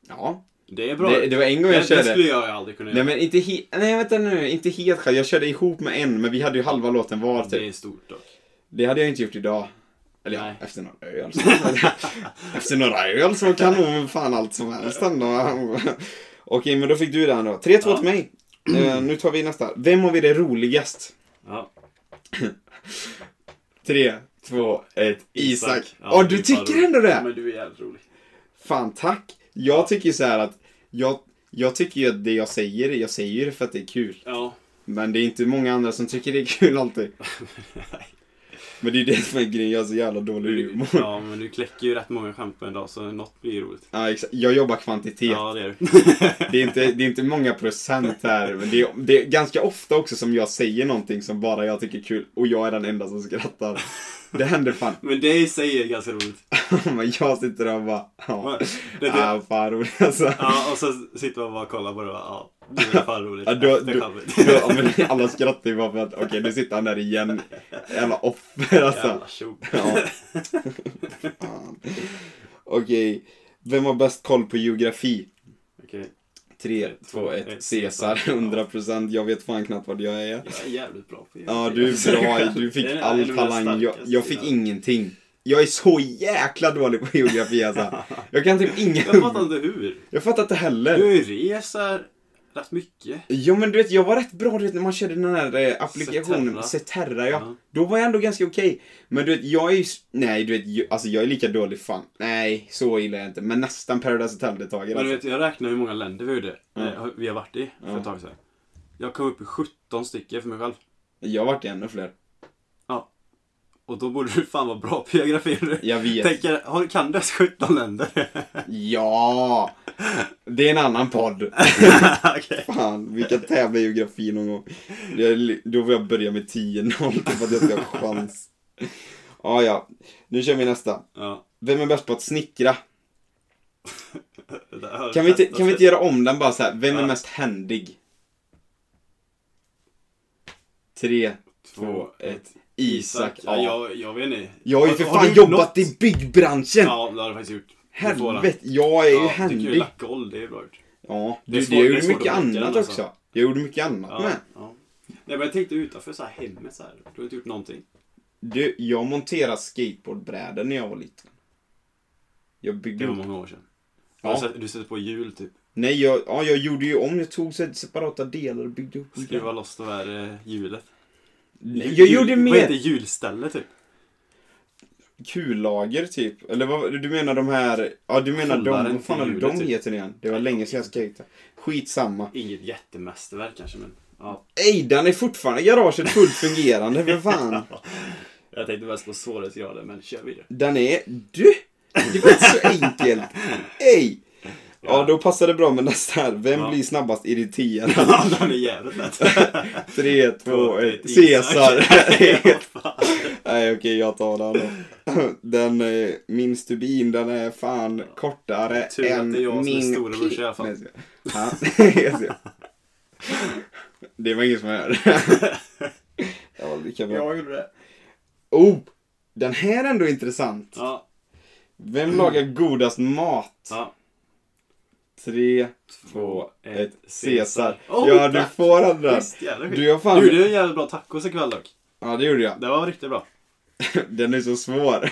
Speaker 2: Ja,
Speaker 1: Det är bra.
Speaker 2: det, det var en gång
Speaker 1: det,
Speaker 2: jag
Speaker 1: det
Speaker 2: körde.
Speaker 1: skulle jag ju aldrig kunna
Speaker 2: Nej
Speaker 1: göra.
Speaker 2: men inte helt, nej vänta nu, inte helt själv. Jag körde ihop med en, men vi hade ju halva låten var typ.
Speaker 1: det är stort dock.
Speaker 2: Det hade jag inte gjort idag. Eller ja,
Speaker 1: Nej.
Speaker 2: efter några öl. så- *laughs* efter några öl så kan nog fan allt som helst ändå. Okej, men då fick du den då. 3-2
Speaker 1: Ja.
Speaker 2: till mig. Eh, nu tar vi nästa. Vem av er är roligast?
Speaker 1: Ja.
Speaker 2: 3, 2, 1. Isak. Ja,
Speaker 1: Ja, det
Speaker 2: du
Speaker 1: är fan
Speaker 2: tycker
Speaker 1: roligt.
Speaker 2: ändå
Speaker 1: Ja,
Speaker 2: det?
Speaker 1: men du är jävligt rolig.
Speaker 2: Fan, tack. Jag tycker så här att jag, jag tycker ju att det jag säger, jag säger ju det för att det är kul.
Speaker 1: Ja.
Speaker 2: Men det är inte många andra som tycker det är
Speaker 1: *laughs*
Speaker 2: kul alltid.
Speaker 1: Nej.
Speaker 2: Men det är det som är grejen, jag har så jävla dålig humor. Ja,
Speaker 1: ja, men du kläcker ju rätt många skämt på en dag så något blir ju roligt.
Speaker 2: exakt. Jag jobbar kvantitet.
Speaker 1: Ja, det är du.
Speaker 2: Det är, inte, det är inte många procent här, men det är, det är ganska ofta också som jag säger någonting som bara jag tycker är kul och jag är den enda
Speaker 1: *laughs*
Speaker 2: som skrattar. Det händer fan. *laughs*
Speaker 1: Men det i sig är ganska roligt.
Speaker 2: Men jag sitter där och bara, ja.
Speaker 1: Det är typ-
Speaker 2: Ah, fan roligt alltså.
Speaker 1: Ja, och så sitter man bara och kollar på det och bara, ja, det är fan roligt.
Speaker 2: Ja, du,
Speaker 1: Efter
Speaker 2: du,
Speaker 1: skämmet.
Speaker 2: du, ja, men alla skrattar ju bara för att, okej nu sitter han där igen. Jävla offer alltså.
Speaker 1: Jävla tjo.
Speaker 2: Ja. Fan. Okej, vem har bäst koll på geografi?
Speaker 1: Okej,
Speaker 2: 3, 2, 1, Caesar. 100%, jag vet fan knappt vad jag är.
Speaker 1: jag är jävligt bra på
Speaker 2: Ja, du är bra. Du fick
Speaker 1: Det är
Speaker 2: all
Speaker 1: en av mina
Speaker 2: talang. Jag,
Speaker 1: starkaste
Speaker 2: jag fick
Speaker 1: sidor.
Speaker 2: ingenting. Jag är så jäkla dålig på geografi alltså. Jag kan typ inga
Speaker 1: Jag fattar inte hur.
Speaker 2: Jag fattar inte heller.
Speaker 1: Du reser, rätt mycket.
Speaker 2: Jo men du vet, jag var rätt bra du vet, när man körde den här eh,
Speaker 1: Zeterra.
Speaker 2: applikationen, Zeterra ja.
Speaker 1: Ja.
Speaker 2: Då var jag ändå ganska okej. Men du vet, jag är ju, s- nej du vet, ju- alltså jag är lika dålig fan. Nej, så illa är jag inte. Men nästan Paradise Hotel-deltagare.
Speaker 1: Men du
Speaker 2: Alltså.
Speaker 1: vet, jag räknade hur många länder vi gjorde.
Speaker 2: Ja.
Speaker 1: eh, Vi har varit i för
Speaker 2: Ja.
Speaker 1: ett tag sedan. Jag kom upp i 17 stycken för mig själv.
Speaker 2: alltså. Jag har varit i ännu fler.
Speaker 1: Och då borde du fan vara bra på geografi. du.
Speaker 2: Jag vet.
Speaker 1: Tänker, har- kan du ens 17 länder? *laughs*
Speaker 2: Ja! Det är en annan podd.
Speaker 1: Okej.
Speaker 2: Fan, vi kan tävla i geografi någon gång. Det är li- Då får jag börja med 10-0 för att jag ska ha chans. Ja, ja. Nu kör vi nästa.
Speaker 1: Ja.
Speaker 2: Vem är bäst på att snickra?
Speaker 1: Det där har du
Speaker 2: Kan vi inte,
Speaker 1: testat.
Speaker 2: kan vi inte göra om den bara så här? Vem är
Speaker 1: Ja.
Speaker 2: mest händig? Tre, två, ett. Isak.
Speaker 1: Ja,
Speaker 2: Ja.
Speaker 1: jag, jag vet inte.
Speaker 2: Jag har ju
Speaker 1: Har-
Speaker 2: för
Speaker 1: har
Speaker 2: fan
Speaker 1: du gjort
Speaker 2: jobbat
Speaker 1: något?
Speaker 2: i byggbranschen!
Speaker 1: Ja, det har du faktiskt gjort. Du får den.
Speaker 2: Helvete, jag är ju
Speaker 1: Ja, Du kan ju
Speaker 2: händig.
Speaker 1: lacka golv, det är bra gjort.
Speaker 2: Ja,
Speaker 1: Det är
Speaker 2: du,
Speaker 1: svårt-
Speaker 2: det jag
Speaker 1: det är
Speaker 2: gjorde
Speaker 1: svårt
Speaker 2: mycket
Speaker 1: att ranka den,
Speaker 2: annat
Speaker 1: alltså.
Speaker 2: också. Jag gjorde mycket annat
Speaker 1: Ja,
Speaker 2: med.
Speaker 1: ja. Nej, men jag tänkte utanför så här hemmet så här. Du har inte gjort någonting.
Speaker 2: Du, jag monterade skateboardbrädor när jag var liten. Jag byggde
Speaker 1: Det var
Speaker 2: upp.
Speaker 1: många år sedan.
Speaker 2: Mm. Ja.
Speaker 1: Du sätter- Du sätter på hjul typ.
Speaker 2: Nej, jag, ja, jag gjorde ju om. Jag tog så här separata delar och byggde upp. en
Speaker 1: Skruva loss det där eh, hjulet.
Speaker 2: Nej,
Speaker 1: Hjul-
Speaker 2: jag
Speaker 1: hjul-
Speaker 2: gjorde
Speaker 1: Vad
Speaker 2: mer.
Speaker 1: heter hjulställe typ?
Speaker 2: kullager typ. Eller vad, du menar de här, ja du menar
Speaker 1: Kollaren
Speaker 2: de, vad
Speaker 1: till
Speaker 2: fan hade
Speaker 1: hjulet,
Speaker 2: de
Speaker 1: typ.
Speaker 2: heter igen? Det var länge sedan jag skejtade. Skitsamma.
Speaker 1: Inget jättemästerverk kanske men.
Speaker 2: *laughs*
Speaker 1: Ja.
Speaker 2: Ejdan är fortfarande i garaget fullt fungerande, för fan.
Speaker 1: Jag tänkte mest på svårighetsgraden men kör
Speaker 2: *laughs*
Speaker 1: vidare.
Speaker 2: Den är, du! Det var inte
Speaker 1: *laughs*
Speaker 2: så enkelt. Ej! Ja, då passar det bra med nästa här. Vem
Speaker 1: Ja.
Speaker 2: blir snabbast irriterad?
Speaker 1: Ja, den är jävligt lätt.
Speaker 2: 3, 2, 1.
Speaker 1: Isak.
Speaker 2: Cesar!
Speaker 1: *laughs* Ja, fan.
Speaker 2: Nej, okej, jag tar den då. Den, eh, min stubin, den är fan kortare
Speaker 1: Tur att det är
Speaker 2: än min...
Speaker 1: jag som är storebrorsa
Speaker 2: pik.
Speaker 1: i alla fall.
Speaker 2: Nej, jag skojar. Ja,
Speaker 1: *laughs*
Speaker 2: jag skojar. Det var ingen som hörde. Det var lika bra.
Speaker 1: gjorde det.
Speaker 2: Oh! Den här är ändå intressant.
Speaker 1: Ja.
Speaker 2: Vem lagar godast mat?
Speaker 1: ja.
Speaker 2: Tre, två, ett. Cesar.
Speaker 1: Oh,
Speaker 2: Ja, du
Speaker 1: tack.
Speaker 2: får den där.
Speaker 1: Visst, jävla skit.
Speaker 2: Du har
Speaker 1: Du gjorde
Speaker 2: fan...
Speaker 1: en jävligt bra tacos ikväll dock.
Speaker 2: Ja, det gjorde jag.
Speaker 1: Det var riktigt bra.
Speaker 2: *laughs* Den är
Speaker 1: *laughs*
Speaker 2: så svår.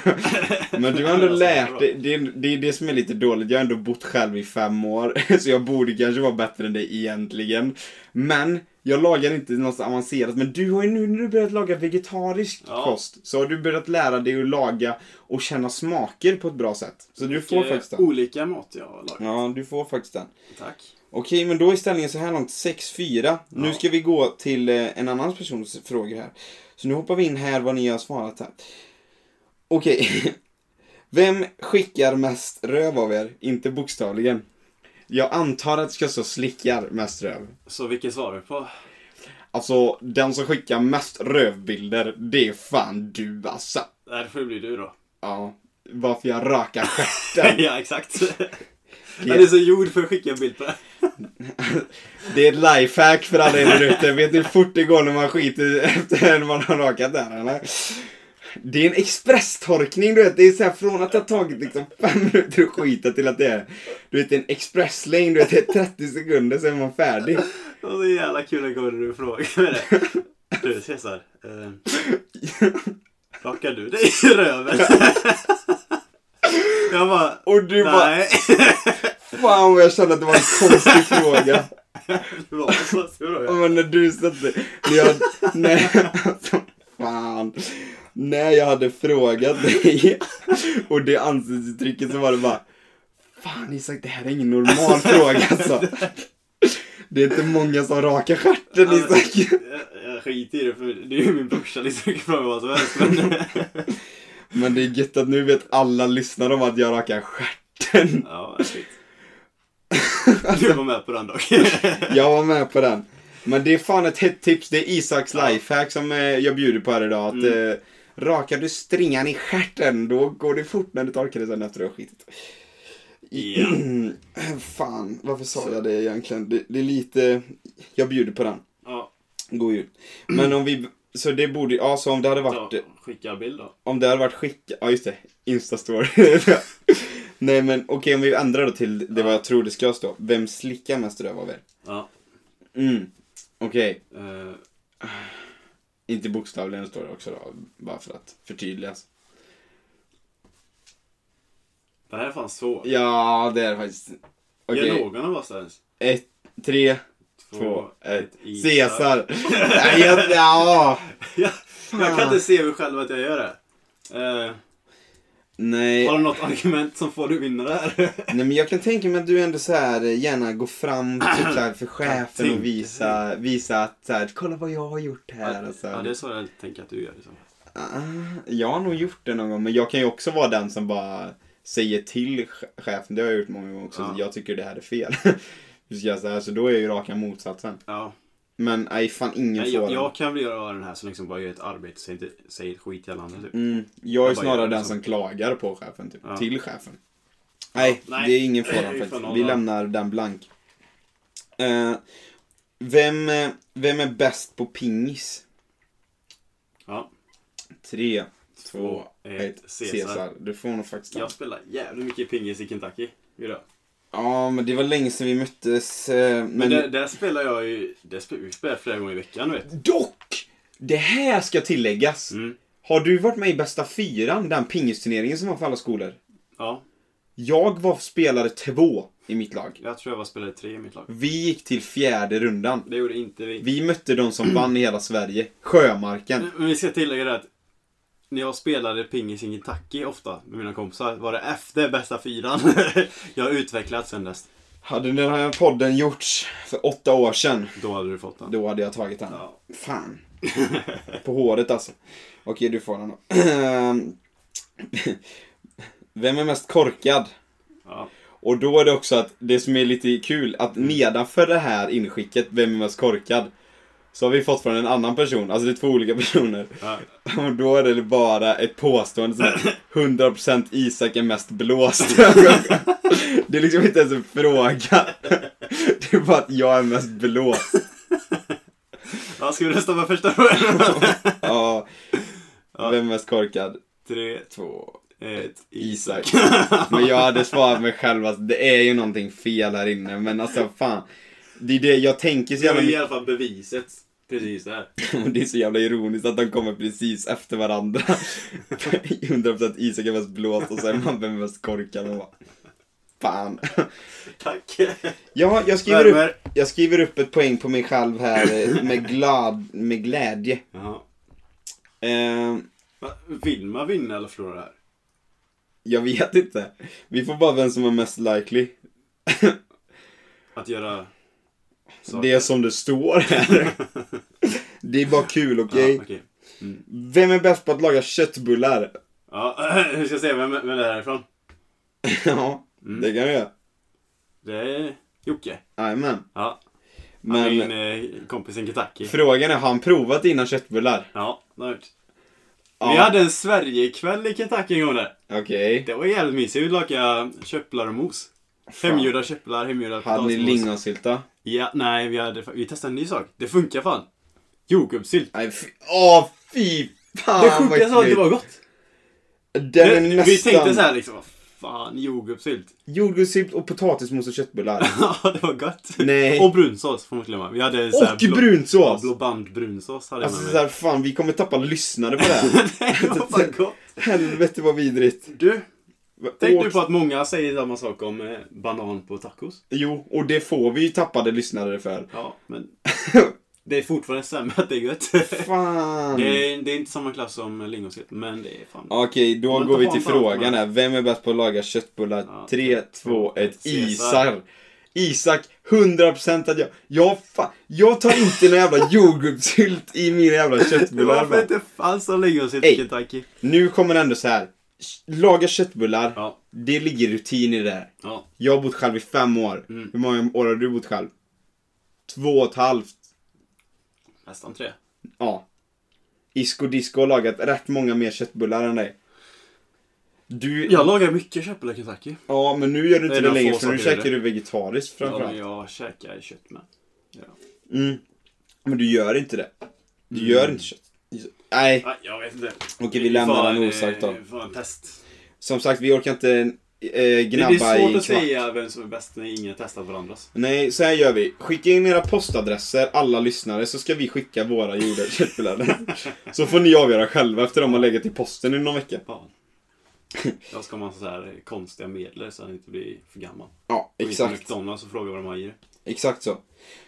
Speaker 2: Men du har
Speaker 1: Den
Speaker 2: ändå
Speaker 1: var så
Speaker 2: lärt
Speaker 1: bra.
Speaker 2: dig. Det, är- det är det som är lite dåligt. Jag har ändå bott själv i fem år. *laughs* Så jag borde kanske vara bättre än dig egentligen. Men jag lagar inte något avancerat. Men du har ju nu när du börjat laga vegetarisk
Speaker 1: Ja.
Speaker 2: kost. Så har du börjat lära dig att laga och känna smaker på ett bra sätt. Så du får
Speaker 1: Eh,
Speaker 2: faktiskt den.
Speaker 1: Olika mat jag har lagat.
Speaker 2: Ja, du får faktiskt den.
Speaker 1: Tack.
Speaker 2: Okej, men då är ställningen så här långt 6-4. Nu ska vi gå till eh, en annan persons frågor här. Så nu hoppar vi in här vad ni har svarat här. Okej. *laughs* Vem skickar mest röv av er? Inte bokstavligen. Jag antar att det ska stå slickar mest röv.
Speaker 1: Så vilket svarar du på?
Speaker 2: Alltså, den som skickar mest rövbilder, det är fan du alltså.
Speaker 1: Nej, det får bli du då.
Speaker 2: Ja, varför jag rakar stjärten.
Speaker 1: *laughs* ja, exakt. Den är så gjord för att skicka en bild på det.
Speaker 2: Det är ett lifehack för alla er där ute. Vet ni hur fort det går när man skiter efter när man har rakat där eller? Det är en expresstorkning du vet. Det är så här från att det har tagit liksom fem minuter att skita till att det är du vet, en expresslängd. Du vet, det är 30 sekunder sen är man färdig.
Speaker 1: Och det är jävla kul att gå när du frågar med det. Du Cesar. Eh, rakar du dig i
Speaker 2: *laughs*
Speaker 1: röven? jag bara,
Speaker 2: Och du bara,
Speaker 1: nej. *laughs*
Speaker 2: fan vad jag kände att det var en konstig fråga.
Speaker 1: Det var så stor.
Speaker 2: Men när du satte, när jag, nej, alltså, fan. När jag hade frågat dig och det ansiktsuttrycket så var det bara, fan Isak det här är ingen normal fråga alltså. Det är inte många som rakar stjärten Isak.
Speaker 1: Alltså, Jag, jag skiter i det för det är ju min brorsa liksom. Jag kan fråga vad som helst. Men,
Speaker 2: *laughs* Men det är gött att nu vet alla lyssnare om att jag rakar stjärten.
Speaker 1: ja, shit.
Speaker 2: Alltså-
Speaker 1: Du var med på den dock.
Speaker 2: Jag var med på den. Men det är fan ett hett tips, det är Isaks lifehack som eh, jag bjuder på här idag. Att, eh, rakar du stringan i stjärten, då går det fort när du torkar det sen efter du har skitit.
Speaker 1: Ja.
Speaker 2: *clears throat* Fan, varför sa jag det egentligen? Det, det är lite... Jag bjuder på den.
Speaker 1: *laughs* Ja,
Speaker 2: God jul. Men om vi... Så det borde... Ja, så om det hade
Speaker 1: ta,
Speaker 2: varit...
Speaker 1: skicka en bild då.
Speaker 2: Om det hade varit skick... Ja, just det. Instastory. *laughs* Nej, men okej om vi ändrar då till det vad jag tror det ska stå. Vem slickar mest röv av er?
Speaker 1: Ja.
Speaker 2: Mm. Okej.
Speaker 1: eh,
Speaker 2: Inte bokstavligen står det också då. Bara för att förtydligas.
Speaker 1: det här är fan svårt.
Speaker 2: Ja, det är det faktiskt. Okej.
Speaker 1: Gör någon av oss det ens?
Speaker 2: Ett, tre, två, ett.
Speaker 1: Isar. *laughs*
Speaker 2: Caesar! Nej, jag- ja.
Speaker 1: Jag, jag kan inte se mig själv att jag gör det. Eh,
Speaker 2: Nej.
Speaker 1: har du något argument som får dig att vinna det här?
Speaker 2: Nej men jag kan tänka mig att du ändå så här eh, gärna går fram typ så här, för chefen och visa, visa att så här, kolla vad jag har gjort här. Och så
Speaker 1: Ja,
Speaker 2: här.
Speaker 1: det är så jag tänker att du gör. Liksom.
Speaker 2: Ah, jag har nog gjort det någon gång, men jag kan ju också vara den som bara säger till che- chefen, det har jag gjort många gånger också,
Speaker 1: Ja.
Speaker 2: jag tycker det här är fel. *laughs* Så, jag så, här, så då är jag ju raka motsatsen.
Speaker 1: Ja.
Speaker 2: Men nej, fan ingen
Speaker 1: Nej,
Speaker 2: får
Speaker 1: jag,
Speaker 2: den.
Speaker 1: jag kan väl göra den här som liksom bara gör ett arbete, säger, inte- säger skit till alla andra. Typ.
Speaker 2: Mm, jag
Speaker 1: Jag bara
Speaker 2: är
Speaker 1: gör
Speaker 2: snarare
Speaker 1: det
Speaker 2: den
Speaker 1: som-
Speaker 2: som klagar på chefen, typ.
Speaker 1: Ja.
Speaker 2: Till chefen. Nej,
Speaker 1: nej.
Speaker 2: det är
Speaker 1: *laughs*
Speaker 2: ingen
Speaker 1: Det är
Speaker 2: sådan
Speaker 1: ju
Speaker 2: faktiskt.
Speaker 1: för
Speaker 2: Vi
Speaker 1: noll, va?
Speaker 2: lämnar den blank. Eh, vem, eh, vem är bäst på pingis?
Speaker 1: Ja.
Speaker 2: Tre, två,
Speaker 1: Två, ett,
Speaker 2: ett. Cesar. Du får nog faktiskt den.
Speaker 1: Jag spelar jävligt mycket pingis i Kentucky. Gjorde jag.
Speaker 2: Ja, men det var länge sedan vi möttes. eh, Men,
Speaker 1: Men där, där spelar jag ju, där spelar, vi spelar flera gånger i veckan vet du.
Speaker 2: dock! Det här ska tilläggas.
Speaker 1: Mm.
Speaker 2: Har du varit med i bästa fyran, den pingisturneringen som var för alla skolor?
Speaker 1: Ja,
Speaker 2: Jag var spelare två i mitt lag.
Speaker 1: jag tror jag var spelare tre i mitt lag.
Speaker 2: Vi gick till fjärde rundan.
Speaker 1: Det gjorde inte vi.
Speaker 2: Vi mötte de som vann i hela Sverige. Sjömarken.
Speaker 1: Men vi ska tillägga det att när jag spelade pingis i Kentucky ofta med mina kompisar var det efter bästa fyran. *laughs* jag har utvecklats sen dess.
Speaker 2: Hade den här podden gjorts för åtta år sedan,
Speaker 1: Då hade du fått den.
Speaker 2: då hade jag tagit den.
Speaker 1: Ja.
Speaker 2: Fan. På håret alltså. Okej, du får den då. *clears throat* Vem är mest korkad?
Speaker 1: Ja.
Speaker 2: Och då är det också att det som är lite kul, att nedanför det här inskicket, vem är mest korkad? Så har vi fått från en annan person, alltså det är två olika personer.
Speaker 1: Ja.
Speaker 2: Och då är det bara ett påstående så här, 100% Isak är mest blåst. *laughs* Det är liksom inte ens en fråga. Det är bara att jag är mest blåst.
Speaker 1: ja, ska vi rösta på första
Speaker 2: *laughs*
Speaker 1: frågan?
Speaker 2: Ja. Vem är mest korkad?
Speaker 1: Tre,
Speaker 2: Två.
Speaker 1: ett, Isak.
Speaker 2: Isak. Men jag hade svarat mig själv att det är ju någonting fel här inne. Men alltså fan. Det är det jag tänker så
Speaker 1: Det var
Speaker 2: jävla
Speaker 1: ju i
Speaker 2: mycket
Speaker 1: alla fall beviset. Precis där.
Speaker 2: *laughs* om. Det är så jävla ironiskt att de kommer precis efter varandra. *laughs* 100% Isak är mest blåst och så är man vem är mest korkad. Och bara, fan. *laughs*
Speaker 1: Tack.
Speaker 2: Ja, jag skriver, upp,
Speaker 1: Värmer.
Speaker 2: jag skriver upp ett poäng på mig själv här eh, med, glad, med glädje.
Speaker 1: Ja.
Speaker 2: Eh,
Speaker 1: Va, Vill man vinna eller förlora det här?
Speaker 2: jag vet inte. Vi får bara vem som är mest likely.
Speaker 1: Att göra... saker?
Speaker 2: Det är som det står här. Det är bara kul, okej?
Speaker 1: Ja, okej.
Speaker 2: Vem är bäst på att laga köttbullar? *laughs*
Speaker 1: Ja, *clears throat* vi ska se vem, vem det här är ifrån.
Speaker 2: ja,
Speaker 1: Mm.
Speaker 2: det kan vi göra.
Speaker 1: Det är Jocke.
Speaker 2: Jajamän.
Speaker 1: Ja, han är
Speaker 2: Men
Speaker 1: min eh, kompis i Kentucky.
Speaker 2: frågan är, har han provat innan köttbullar?
Speaker 1: Ja, det har jag gjort.
Speaker 2: Ja.
Speaker 1: Vi hade en Sverigekväll i Kentucky en gång där.
Speaker 2: Okej.
Speaker 1: Det var jävligt mysigt. Vi lakade köttbullar och mos. Hemgjorda köttbullar, hemgjorda
Speaker 2: Hade ni
Speaker 1: potatismos.
Speaker 2: lingonsylta?
Speaker 1: Ja, nej, vi, hade, vi testade en ny sak. Det funkar fan. Jordgubbssylt.
Speaker 2: Nej, fy... Åh, fy fan
Speaker 1: det sjukaste var att det var gott.
Speaker 2: Ah, Den är
Speaker 1: vi,
Speaker 2: nästan...
Speaker 1: vi tänkte så här liksom, vad fan, jordgubbssylt.
Speaker 2: Jordgubbssylt och potatismos och köttbullar.
Speaker 1: *laughs* Ja, det var gott.
Speaker 2: Nej.
Speaker 1: Och brunsås får man inte glömma. Vi hade en så här
Speaker 2: och
Speaker 1: blå- Ja,
Speaker 2: brunsås!
Speaker 1: Blå band brunsås hade jag
Speaker 2: Alltså
Speaker 1: med *laughs*
Speaker 2: så
Speaker 1: mig.
Speaker 2: här, fan vi kommer tappa lyssnare på det här.
Speaker 1: *laughs* Nej, det var fan gott.
Speaker 2: Helvete vad vidrigt.
Speaker 1: Du,
Speaker 2: Och-
Speaker 1: Tänk du på att många säger samma sak om eh, banan på tacos?
Speaker 2: Jo, och det får vi ju tappade lyssnare för.
Speaker 1: *laughs* Ja,
Speaker 2: *laughs*
Speaker 1: men det är fortfarande sämre att *laughs* det är gött.
Speaker 2: Fan!
Speaker 1: Det är, det är inte samma klass som lingonsylt, men det är fan...
Speaker 2: Okej, då
Speaker 1: Men
Speaker 2: går
Speaker 1: ta
Speaker 2: vi
Speaker 1: fan
Speaker 2: till
Speaker 1: fan
Speaker 2: frågan
Speaker 1: på
Speaker 2: här. Vem är bäst på att laga köttbullar?
Speaker 1: Ja,
Speaker 2: 3, 2, 1.
Speaker 1: Cesar.
Speaker 2: Isar! Isak, 100% att jag... Jag, fan, jag tar inte någon jävla
Speaker 1: *laughs*
Speaker 2: jordgubbssylt i mina jävla köttbullar.
Speaker 1: Varför
Speaker 2: va?
Speaker 1: inte fanns det lingonsylt
Speaker 2: Ey.
Speaker 1: i Kentucky?
Speaker 2: Nu kommer ändå så här. Laga köttbullar.
Speaker 1: Ja,
Speaker 2: Det ligger rutin i det här.
Speaker 1: ja.
Speaker 2: Jag har bott själv i fem år.
Speaker 1: Mm.
Speaker 2: Hur många år har du bott själv? Två och ett halvt.
Speaker 1: Nästan tre.
Speaker 2: Ja. Isko Disco har lagat rätt många mer köttbullar än dig. Du,
Speaker 1: Jag lagar mycket köttbullar i Kentucky.
Speaker 2: Ja, men nu gör du inte
Speaker 1: Det är
Speaker 2: det
Speaker 1: de
Speaker 2: längre
Speaker 1: få
Speaker 2: för nu
Speaker 1: saker jag
Speaker 2: käkar du vegetariskt
Speaker 1: Ja, men
Speaker 2: framförallt.
Speaker 1: jag käkar kött med. Ja.
Speaker 2: Mm. Men du gör inte det. Du gör inte kött. Nej,
Speaker 1: Nej, jag vet inte.
Speaker 2: okej vi lämnar
Speaker 1: Fan,
Speaker 2: den
Speaker 1: eh,
Speaker 2: osagt då.
Speaker 1: Fan, test.
Speaker 2: Som sagt, vi orkar inte eh,
Speaker 1: Det, det är
Speaker 2: gnabba
Speaker 1: svårt
Speaker 2: i
Speaker 1: att
Speaker 2: kvart.
Speaker 1: säga vem som är bäst när ingen testar varandras.
Speaker 2: Nej, så här gör vi. Skicka in era postadresser, alla lyssnare, så ska vi skicka våra gjorda
Speaker 1: *laughs*
Speaker 2: köttbullar. så får ni avgöra själva efter de har legat i posten i någon vecka. *laughs*
Speaker 1: Fan. Jag ska man så här konstiga medel så att han inte blir för gammal.
Speaker 2: Ja,
Speaker 1: Exakt.
Speaker 2: exakt.
Speaker 1: McDonalds och frågar vad de har i det.
Speaker 2: Exakt så.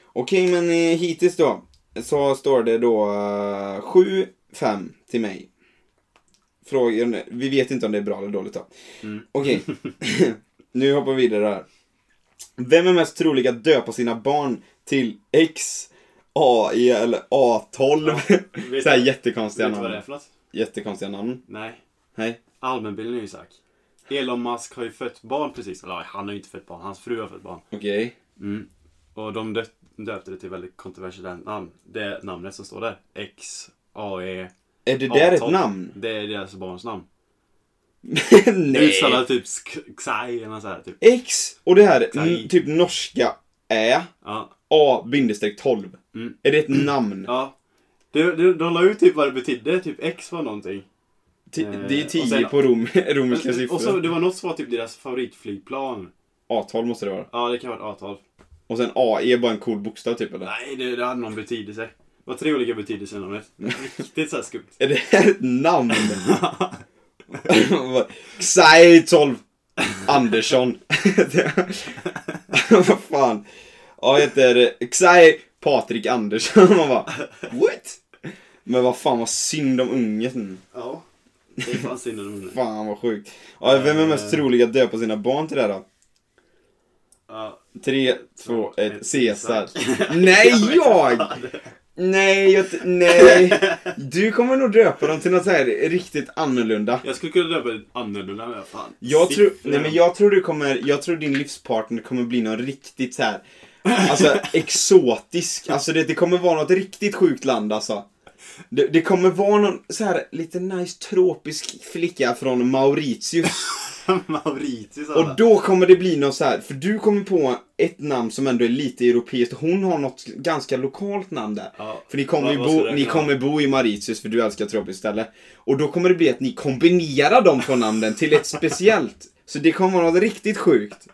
Speaker 2: Okej, men eh, hittills då. Så står det då eh, 7-5 till mig. Frågan, vi vet inte om det är bra eller dåligt då.
Speaker 1: Mm. *laughs*
Speaker 2: Okej, *laughs* nu hoppar vi vidare här. Vem är mest trolig att döpa sina barn till X, AE eller A12?
Speaker 1: Vet
Speaker 2: *laughs* Så här
Speaker 1: du-
Speaker 2: jättekonstiga
Speaker 1: Vet du vad det är
Speaker 2: namn.
Speaker 1: för något?
Speaker 2: Jättekonstiga namn.
Speaker 1: Nej.
Speaker 2: Nej.
Speaker 1: Allmänbildning Isak. Elon Musk har ju fött barn precis. Eller han har ju inte fött barn, hans fru har fött barn.
Speaker 2: Okej.
Speaker 1: Mm. Och de dö- döpte det till väldigt kontroversiella namn. Det namnet som står där. X, AE,
Speaker 2: Är det där ett
Speaker 1: A12.
Speaker 2: namn? *laughs*
Speaker 1: Det är deras barns namn.
Speaker 2: Nej.
Speaker 1: Uttalar typ sk- Xai eller nåt så här typ.
Speaker 2: X och det här
Speaker 1: Nej.
Speaker 2: n- typ norska Ä
Speaker 1: Ja.
Speaker 2: A bindestreck 12.
Speaker 1: Mm.
Speaker 2: Är det ett namn?
Speaker 1: ja. De, de, de la ut typ vad det betydde. Typ X var någonting.
Speaker 2: Ti-
Speaker 1: eh,
Speaker 2: det är
Speaker 1: och
Speaker 2: 10
Speaker 1: sen-
Speaker 2: på rom, *laughs* romerska siffror.
Speaker 1: Och så det var något som var typ deras favoritflygplan.
Speaker 2: A12 måste det vara.
Speaker 1: Ja, det kan ha varit A12.
Speaker 2: Och sen AE är bara en cool bokstav typ eller?
Speaker 1: Nej, det, det hade någon betydelse. Det var tre olika betydelser inom det. Riktigt så här skumt.
Speaker 2: Är det här ett
Speaker 1: *laughs*
Speaker 2: namn? Xai 12 Andersson. *laughs* Vad fan. Ja, Jag heter Xai Patrik Andersson. Man bara what? Men vad fan vad synd om ungen.
Speaker 1: ja. Det är fan synd om det.
Speaker 2: Fan vad sjukt. Ja, vem är mest
Speaker 1: Eh.
Speaker 2: trolig att döpa sina barn till det här då?
Speaker 1: Ja.
Speaker 2: 3, 2, 1,
Speaker 1: ett,
Speaker 2: Caesar.
Speaker 1: *laughs*
Speaker 2: Nej, jag! Nej, jag, t- nej. Du kommer nog döpa dem till något så här riktigt annorlunda.
Speaker 1: Jag skulle kunna döpa det annorlunda men fan.
Speaker 2: Jag tror,
Speaker 1: Siffror.
Speaker 2: nej men jag tror du kommer, jag tror din livspartner kommer bli någon riktigt så här. Alltså exotisk, alltså det, det kommer vara något riktigt sjukt land alltså. Det, det kommer vara någon så här lite nice tropisk flicka från Mauritius.
Speaker 1: *laughs* Mauritius alla.
Speaker 2: Och då kommer det bli något så här, för du kommer på ett namn som ändå är lite europeiskt. Hon har något ganska lokalt namn där.
Speaker 1: Ja.
Speaker 2: För ni kommer,
Speaker 1: Vad-
Speaker 2: ju
Speaker 1: vad skulle
Speaker 2: bo,
Speaker 1: det
Speaker 2: ni
Speaker 1: kunna vara?
Speaker 2: kommer bo i Mauritius för du älskar tropiskt ställe. Och då kommer det bli att ni kombinerar de två namnen till ett speciellt. Så det kommer vara något riktigt sjukt.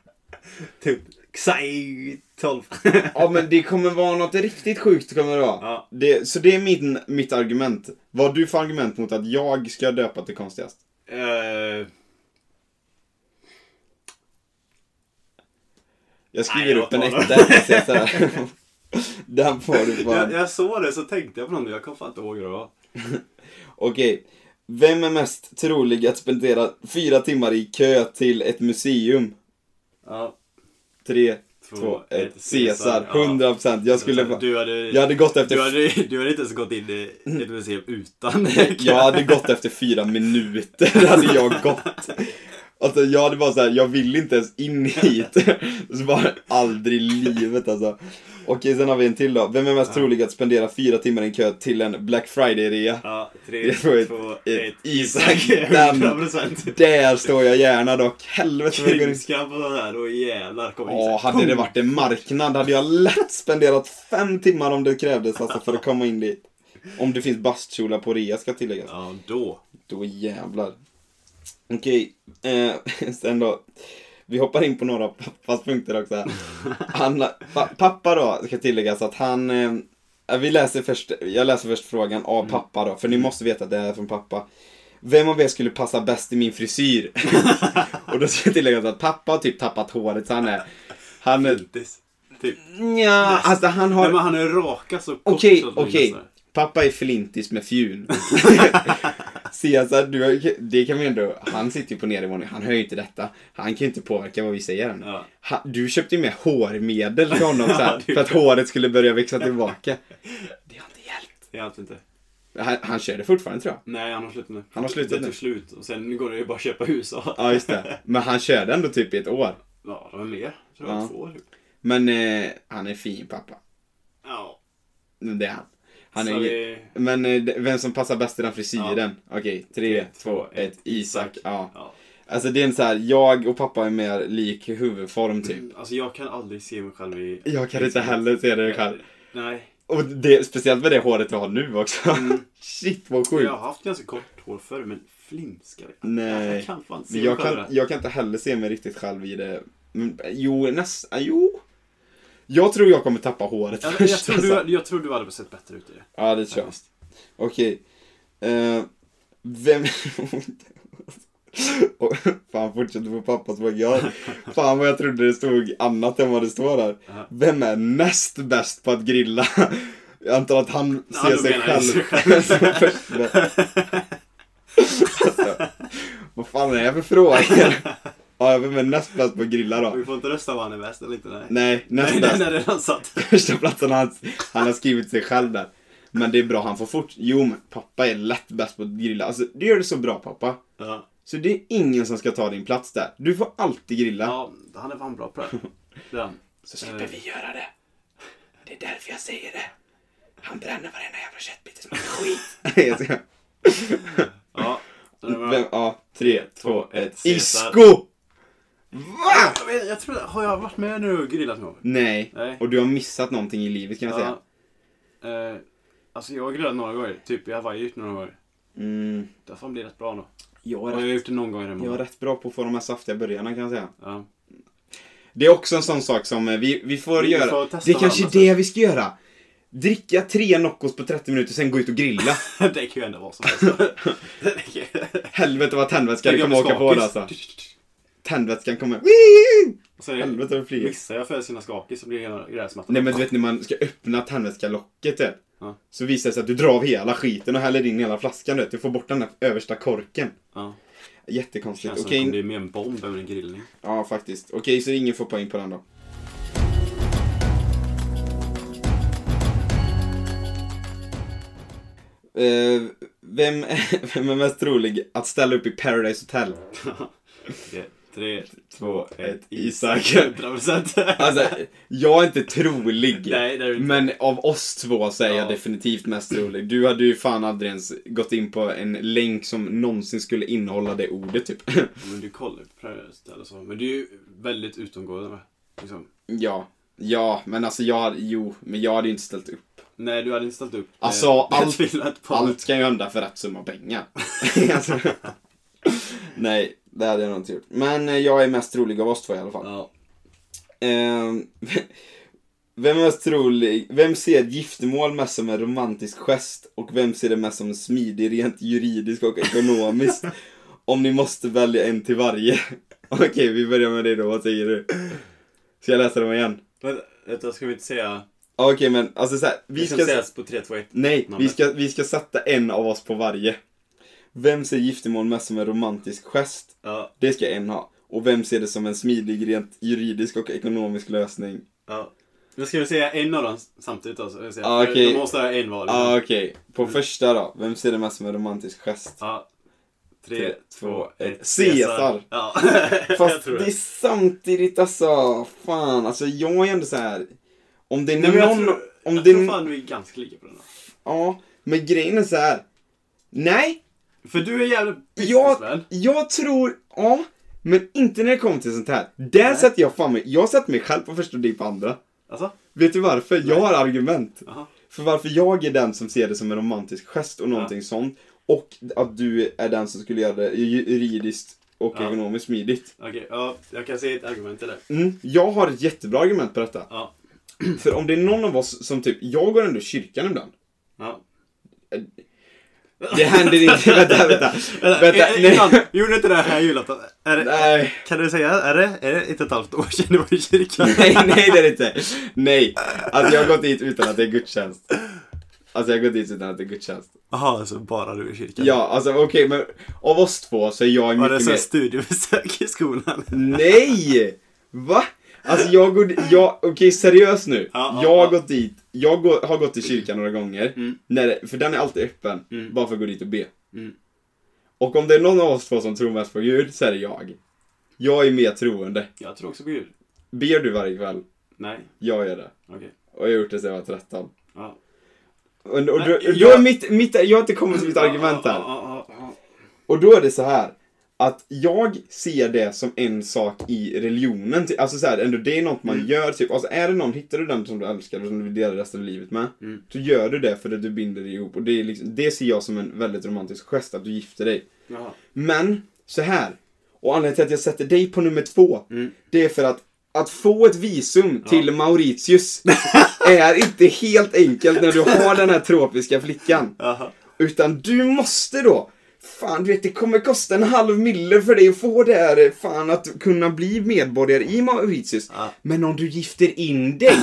Speaker 1: Typ Xai
Speaker 2: *laughs*
Speaker 1: 12.
Speaker 2: Ja men det kommer vara något riktigt sjukt kommer det vara.
Speaker 1: Ja.
Speaker 2: Det, så det är min, mitt argument. Vad har du för argument mot att jag ska döpa till konstigast?
Speaker 1: Eh,
Speaker 2: Jag skriver
Speaker 1: Nej, jag
Speaker 2: upp en
Speaker 1: tar
Speaker 2: etta. så jag så här. *laughs* Den får du bara.
Speaker 1: jag, jag såg det så tänkte jag på någonting. Jag kommer fan inte ihåg hur det var.
Speaker 2: Okej. Vem är mest trolig att spendera fyra timmar i kö till ett museum?
Speaker 1: Ja.
Speaker 2: Tre,
Speaker 1: Två,
Speaker 2: två,
Speaker 1: ett.
Speaker 2: ett. Caesar.
Speaker 1: Ja.
Speaker 2: 100 procent. Jag skulle... bara-
Speaker 1: Du hade...
Speaker 2: Jag hade gått efter... Mm.
Speaker 1: Du hade, du hade inte ens gått in i ett museum
Speaker 2: *laughs*
Speaker 1: utan
Speaker 2: Jag hade gått efter fyra minuter, *laughs* hade jag gått. Alltså jag hade bara såhär, jag vill inte ens in hit. *laughs* Så bara, aldrig i livet alltså. Okej, sen har vi en till då. Vem är mest trolig att spendera fyra timmar i en kö till en Black Friday-rea?
Speaker 1: *laughs* Ja,
Speaker 2: Det
Speaker 1: tre,
Speaker 2: får ett-
Speaker 1: två,
Speaker 2: ett-
Speaker 1: ett. *laughs*
Speaker 2: Isak, den.
Speaker 1: 100 procent. *laughs*
Speaker 2: Där står jag gärna dock. Helvete vad jag går in.
Speaker 1: Krimskamp och sådär, då jävlar kommer
Speaker 2: Ja,
Speaker 1: Isak.
Speaker 2: hade det varit en marknad hade jag lätt spenderat fem timmar om det krävdes alltså för att komma in dit. Om det finns bastkjolar på rea ska tilläggas.
Speaker 1: Ja, då.
Speaker 2: Då jävlar. Okej, eh, *laughs* sen då. Vi hoppar in på några pappas punkter också. Här. Han, pa, pappa då, ska tilläggas att han... Eh, vi läser först, jag läser först frågan av pappa då, för ni måste veta att det är från pappa. Vem av er skulle passa bäst i min frisyr? Och då ska jag tillägga att pappa har typ tappat håret, så han är... Han är...
Speaker 1: Fyltis. Typ.
Speaker 2: Nja, alltså han har...
Speaker 1: Nej, men han är raka så kort.
Speaker 2: Okej,
Speaker 1: så att man
Speaker 2: okej.
Speaker 1: nästan-
Speaker 2: Pappa är flintis med fjun. *laughs* Cesar, du har, det kan vi ändå, han sitter ju på nedervåningen, han hör ju inte detta. Han kan ju inte påverka vad vi säger än.
Speaker 1: Ja.
Speaker 2: Ha, du köpte ju med hårmedel till honom så *laughs* här,
Speaker 1: Ja, det-
Speaker 2: för att håret skulle börja växa tillbaka. *laughs* Det har inte hjälpt.
Speaker 1: Det är allt inte.
Speaker 2: Han, han kör det fortfarande tror jag.
Speaker 1: Nej, han har slutat nu.
Speaker 2: Han har slutat
Speaker 1: det
Speaker 2: nu.
Speaker 1: tog slut och sen går det ju bara att köpa hus. Och...
Speaker 2: Ja, just det. Men han körde ändå typ i ett år.
Speaker 1: Ja, det var mer. Jag tror det var
Speaker 2: Ja.
Speaker 1: två år. typ.
Speaker 2: Men eh, han är fin pappa.
Speaker 1: Ja.
Speaker 2: Det är han. Han
Speaker 1: så
Speaker 2: är,
Speaker 1: vi...
Speaker 2: Men eh, det- vem som passar bäst i den frisyren? Okej, tre, två, ett, Isak. Ja.
Speaker 1: Ja.
Speaker 2: Alltså det är en så här, jag och pappa är mer lik huvudform typ.
Speaker 1: Alltså jag kan aldrig se mig själv i...
Speaker 2: Jag kan inte heller se det själv.
Speaker 1: Nej.
Speaker 2: Och det, speciellt med det håret du har nu också. *laughs* Shit vad sjukt.
Speaker 1: Jag har haft ganska kort hår förr, men flimskar.
Speaker 2: Nej.
Speaker 1: Jag kan fan se
Speaker 2: Men
Speaker 1: mig
Speaker 2: jag,
Speaker 1: själv
Speaker 2: kan,
Speaker 1: i det.
Speaker 2: jag kan inte heller se mig riktigt själv i det. Men, jo, nästan. Jo. Jag tror jag kommer tappa håret
Speaker 1: Jag, jag,
Speaker 2: *laughs* först.
Speaker 1: tror
Speaker 2: alltså.
Speaker 1: du, jag tror du hade sett bättre ut i det.
Speaker 2: Ja, det tror jag.
Speaker 1: faktiskt.
Speaker 2: Okej. Eh, vem... *laughs* Och, fan, fortsätter på pappas plagiat. Fan vad jag trodde det stod annat än vad det står där.
Speaker 1: Ja.
Speaker 2: Vem är näst bäst på att grilla? Jag antar att han
Speaker 1: Ja,
Speaker 2: ser
Speaker 1: då
Speaker 2: sig
Speaker 1: menar jag sig
Speaker 2: själv *laughs* som först. Alltså, vad fan är det här
Speaker 1: *laughs*
Speaker 2: för frågor? Ja, vem är näst bäst på att grilla då?
Speaker 1: Vi får inte rösta vad han är bäst eller inte? Nej.
Speaker 2: Nej, näst
Speaker 1: Nej, *laughs*
Speaker 2: bäst.
Speaker 1: den är redan satt.
Speaker 2: Första platsen han, han har skrivit sig själv där. Men det är bra, han får fort. Jo, men pappa är lätt bäst på att grilla. Alltså, du gör det så bra pappa.
Speaker 1: Ja.
Speaker 2: Så det är ingen som ska ta din plats där. Du får alltid grilla.
Speaker 1: ja, han är fan bra på det. Det är han.
Speaker 2: Så slipper vi göra det. Det är därför jag säger det. Han bränner varenda jävla köttbit som är
Speaker 1: *laughs*
Speaker 2: skit. *laughs*
Speaker 1: Ja, den är
Speaker 2: Vem,
Speaker 1: bra.
Speaker 2: ja, tre, två, ett.
Speaker 1: Caesar.
Speaker 2: Isko! Va?
Speaker 1: Jag, vet, jag tror det. Har jag varit med nu och grillat någon gång?
Speaker 2: Nej.
Speaker 1: Nej.
Speaker 2: och du har missat någonting i livet kan jag säga.
Speaker 1: Eh, alltså jag har grillat några gånger. Typ i Hawaii några gånger.
Speaker 2: Mm,
Speaker 1: Det har fan blivit rätt bra nog.
Speaker 2: jag,
Speaker 1: Och
Speaker 2: är
Speaker 1: jag har
Speaker 2: rätt,
Speaker 1: gjort det någon gång
Speaker 2: jag är
Speaker 1: hemma.
Speaker 2: rätt bra på att få de här saftiga börjarna kan jag säga.
Speaker 1: Ja.
Speaker 2: Det är också en sån sak som eh, vi, vi får
Speaker 1: Vi
Speaker 2: göra.
Speaker 1: får testa
Speaker 2: det är kanske
Speaker 1: varandra,
Speaker 2: det vi ska göra. Dricka tre Noccos på 30 minuter, sen gå ut
Speaker 1: *laughs*
Speaker 2: och grilla.
Speaker 1: det kan ju ändå vara som helst. Det kan ju-
Speaker 2: Helvete vad tändvätska det
Speaker 1: Jag
Speaker 2: kommer
Speaker 1: blir
Speaker 2: åka på det
Speaker 1: skakig.
Speaker 2: alltså. Tändvätskan kommer...
Speaker 1: Och så
Speaker 2: Helvete vad det flyger.
Speaker 1: missar jag för sina skakis så blir det hela gräsmattan.
Speaker 2: Nej men du vet när man ska öppna tändvätskalocket typ.
Speaker 1: Ja.
Speaker 2: Så visar det sig att du drar av hela skiten och häller in hela flaskan du vet. Du får bort den där översta korken.
Speaker 1: Ja.
Speaker 2: Jättekonstigt.
Speaker 1: Känns som
Speaker 2: Okej,
Speaker 1: det kommer bli mer en bomb än en grillning. *laughs*
Speaker 2: ja faktiskt. Okej, så ingen får poäng på den då. Eh, vem, är, *laughs* vem är mest trolig att ställa upp i Paradise Hotel?
Speaker 1: Okej, Tre,
Speaker 2: Två, ett, Isak.
Speaker 1: Isak. *laughs* 100%.
Speaker 2: *laughs* Alltså, jag är inte trolig.
Speaker 1: Nej, det är det inte.
Speaker 2: Men av oss två så är jag
Speaker 1: Ja.
Speaker 2: definitivt mest rolig. Du hade ju fan aldrig ens gått in på en länk som någonsin skulle innehålla det ordet typ. *laughs*
Speaker 1: Men du kollar på Paradise eller så. alltså. Men du är ju väldigt utomgående med. Liksom.
Speaker 2: ja, ja, men alltså jag hade, jo, men jag hade ju inte ställt upp.
Speaker 1: Nej, du hade inte ställt upp.
Speaker 2: Alltså,
Speaker 1: *laughs* Det- det
Speaker 2: allt-
Speaker 1: tvivlar jag inte på.
Speaker 2: Allt kan ju hända för rätt summa pengar. alltså, nej, det hade jag nog inte gjort. Men eh, jag är mest rolig av oss två i alla fall.
Speaker 1: Ja.
Speaker 2: Ehm, *laughs* vem är mest trolig? Vem ser ett giftermål mest som en romantisk gest? Och vem ser det mest som smidig rent juridiskt och ekonomiskt? Om ni måste välja en till varje. *laughs* Okej, vi börjar med dig då. Vad säger du? Ska jag läsa dem igen?
Speaker 1: Vänta, vänta, ska vi inte säga...
Speaker 2: Ja, Okej, men alltså så här, vi ska...
Speaker 1: ses på 3, 2, 1.
Speaker 2: Nej, vi
Speaker 1: Namnet.
Speaker 2: ska, vi ska sätta en av oss på varje. Vem ser giftermål mest som en romantisk gest?
Speaker 1: Ja,
Speaker 2: Det ska en ha. Och vem ser det som en smidig rent juridisk och ekonomisk lösning?
Speaker 1: ja. Nu ska vi säga en av dem samtidigt alltså. Jag säger,
Speaker 2: Ja,
Speaker 1: för
Speaker 2: Ah, okej.
Speaker 1: De måste ha en var.
Speaker 2: Ja,
Speaker 1: liksom.
Speaker 2: Ah, okej. På första då, vem ser det mest som en romantisk gest?
Speaker 1: Ja.
Speaker 2: Tre,
Speaker 1: Tre,
Speaker 2: två,
Speaker 1: två,
Speaker 2: ett.
Speaker 1: ett.
Speaker 2: Caesar.
Speaker 1: Ja, jag
Speaker 2: *laughs* Fast
Speaker 1: tror
Speaker 2: det är
Speaker 1: det.
Speaker 2: samtidigt alltså, fan, alltså jag är ändå så här. Om det är
Speaker 1: Nej, men jag
Speaker 2: någon,
Speaker 1: tror,
Speaker 2: om
Speaker 1: jag
Speaker 2: det
Speaker 1: tror
Speaker 2: är,
Speaker 1: fan vi är ganska lika på den. här.
Speaker 2: ja, men grejen är så här. Nej,
Speaker 1: För du är jävligt
Speaker 2: jag,
Speaker 1: businessman.
Speaker 2: jag tror, ja, men inte när det kommer till sånt här. Där
Speaker 1: Nej.
Speaker 2: sätter jag fan mig, jag sätter mig själv på första och dig på andra.
Speaker 1: Alltså?
Speaker 2: Vet du varför? Jag har argument.
Speaker 1: Jaha.
Speaker 2: För varför jag är den som ser det som en romantisk gest och någonting sånt. Och att du är den som skulle göra det ju- juridiskt och
Speaker 1: Ja.
Speaker 2: ekonomiskt smidigt.
Speaker 1: Okej, ja, jag kan se ett argument till det.
Speaker 2: Mm, jag har ett jättebra argument på detta. *clears throat*
Speaker 1: Ja.
Speaker 2: För om det är någon av oss som typ, jag går ändå i kyrkan ibland.
Speaker 1: ja.
Speaker 2: Det händer inte, *laughs* vänta, vänta.
Speaker 1: *laughs* Vänta,
Speaker 2: Vänta,
Speaker 1: i-
Speaker 2: nej.
Speaker 1: eh, innan, vi gjorde inte det här julafton. Är det-
Speaker 2: *laughs* Nej,
Speaker 1: Kan du säga, är det, är det ett och ett halvt år sedan du var i
Speaker 2: *laughs*
Speaker 1: kyrkan?
Speaker 2: nej, nej det är det inte. Nej, alltså jag har gått dit utan att det är gudstjänst. Alltså jag har gått dit utan att det är gudstjänst.
Speaker 1: Jaha, alltså bara du i kyrkan?
Speaker 2: Ja, alltså okej men av oss två så är jag
Speaker 1: Var det
Speaker 2: mycket
Speaker 1: så här
Speaker 2: mer...
Speaker 1: studiebesök i skolan?
Speaker 2: *laughs* Nej! Va? Alltså jag går di- jag, okej seriöst nu.
Speaker 1: Ja, ja,
Speaker 2: jag har
Speaker 1: ja.
Speaker 2: gått dit, jag går, har gått till kyrkan några gånger.
Speaker 1: Mm.
Speaker 2: När det, för den är alltid öppen,
Speaker 1: Mm.
Speaker 2: bara för att gå dit och be.
Speaker 1: Mm.
Speaker 2: Och om det är någon av oss två som tror mest på Gud så är det jag. Jag är mer troende.
Speaker 1: Jag tror också på Gud.
Speaker 2: Ber du varje kväll?
Speaker 1: Nej,
Speaker 2: Jag gör det.
Speaker 1: okej.
Speaker 2: Och jag har gjort det sedan jag var 13.
Speaker 1: Ja.
Speaker 2: Och, och, då,
Speaker 1: Nej,
Speaker 2: då är
Speaker 1: jag-
Speaker 2: mitt, mitt, jag har inte kommit till mitt argument
Speaker 1: Ja,
Speaker 2: än.
Speaker 1: ja, ja, ja.
Speaker 2: Och då är det så här att jag ser det som en sak i religionen. ty- Alltså så här, ändå det är något
Speaker 1: Mm.
Speaker 2: man gör. Typ. Alltså är det någon, hittar du den som du älskar och som du vill dela resten av livet med.
Speaker 1: Mm.
Speaker 2: Så gör du det för att du binder dig ihop. Och det, är liksom, det ser jag som en väldigt romantisk gest, att du gifter dig.
Speaker 1: Jaha.
Speaker 2: Men, så här. Och anledningen till att jag sätter dig på nummer två.
Speaker 1: Mm.
Speaker 2: Det är för att, att få ett visum
Speaker 1: *laughs*
Speaker 2: till Mauritius är inte helt enkelt när du har den här tropiska flickan.
Speaker 1: Jaha.
Speaker 2: Utan du måste då Fan, du vet, det kommer kosta en halv mille för dig att få det här, fan, att kunna bli medborgare i Mauritius.
Speaker 1: Ja.
Speaker 2: Men om du gifter in dig,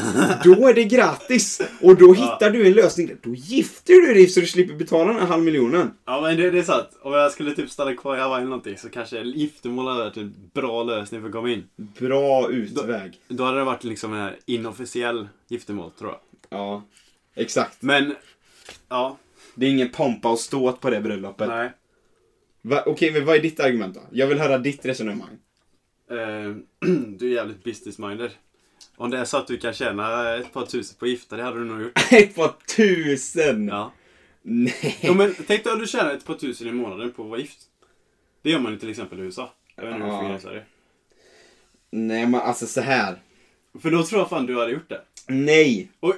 Speaker 2: då är det gratis. Och då hittar du en lösning. Då gifter du dig så du slipper betala den här halv miljonen.
Speaker 1: Ja men det, det är sant. Om jag skulle typ stanna kvar i Hawaii eller någonting så kanske giftermål hade varit en bra lösning för att komma in.
Speaker 2: Bra utväg.
Speaker 1: Då hade det varit liksom en här inofficiell giftermål tror jag.
Speaker 2: Ja, exakt.
Speaker 1: Men, ja,
Speaker 2: Det är ingen pompa och ståt på det bröllopet.
Speaker 1: nej.
Speaker 2: Va, okej, men vad är ditt argument då? Jag vill höra ditt resonemang.
Speaker 1: Eh, *clears throat* du är jävligt business-minded. Om det är så att du kan tjäna ett par tusen på att gifta dig hade du nog gjort.
Speaker 2: *laughs* Ett par tusen!
Speaker 1: Ja.
Speaker 2: Nej.
Speaker 1: Jo, men tänk dig om du tjänar ett par tusen i månaden på att vara gift. Det gör man ju till exempel i USA. Jag vet inte hur det
Speaker 2: Ja.
Speaker 1: fungerar i Sverige.
Speaker 2: Nej, men alltså så här.
Speaker 1: För då tror jag fan du hade gjort det.
Speaker 2: Nej.
Speaker 1: Och, och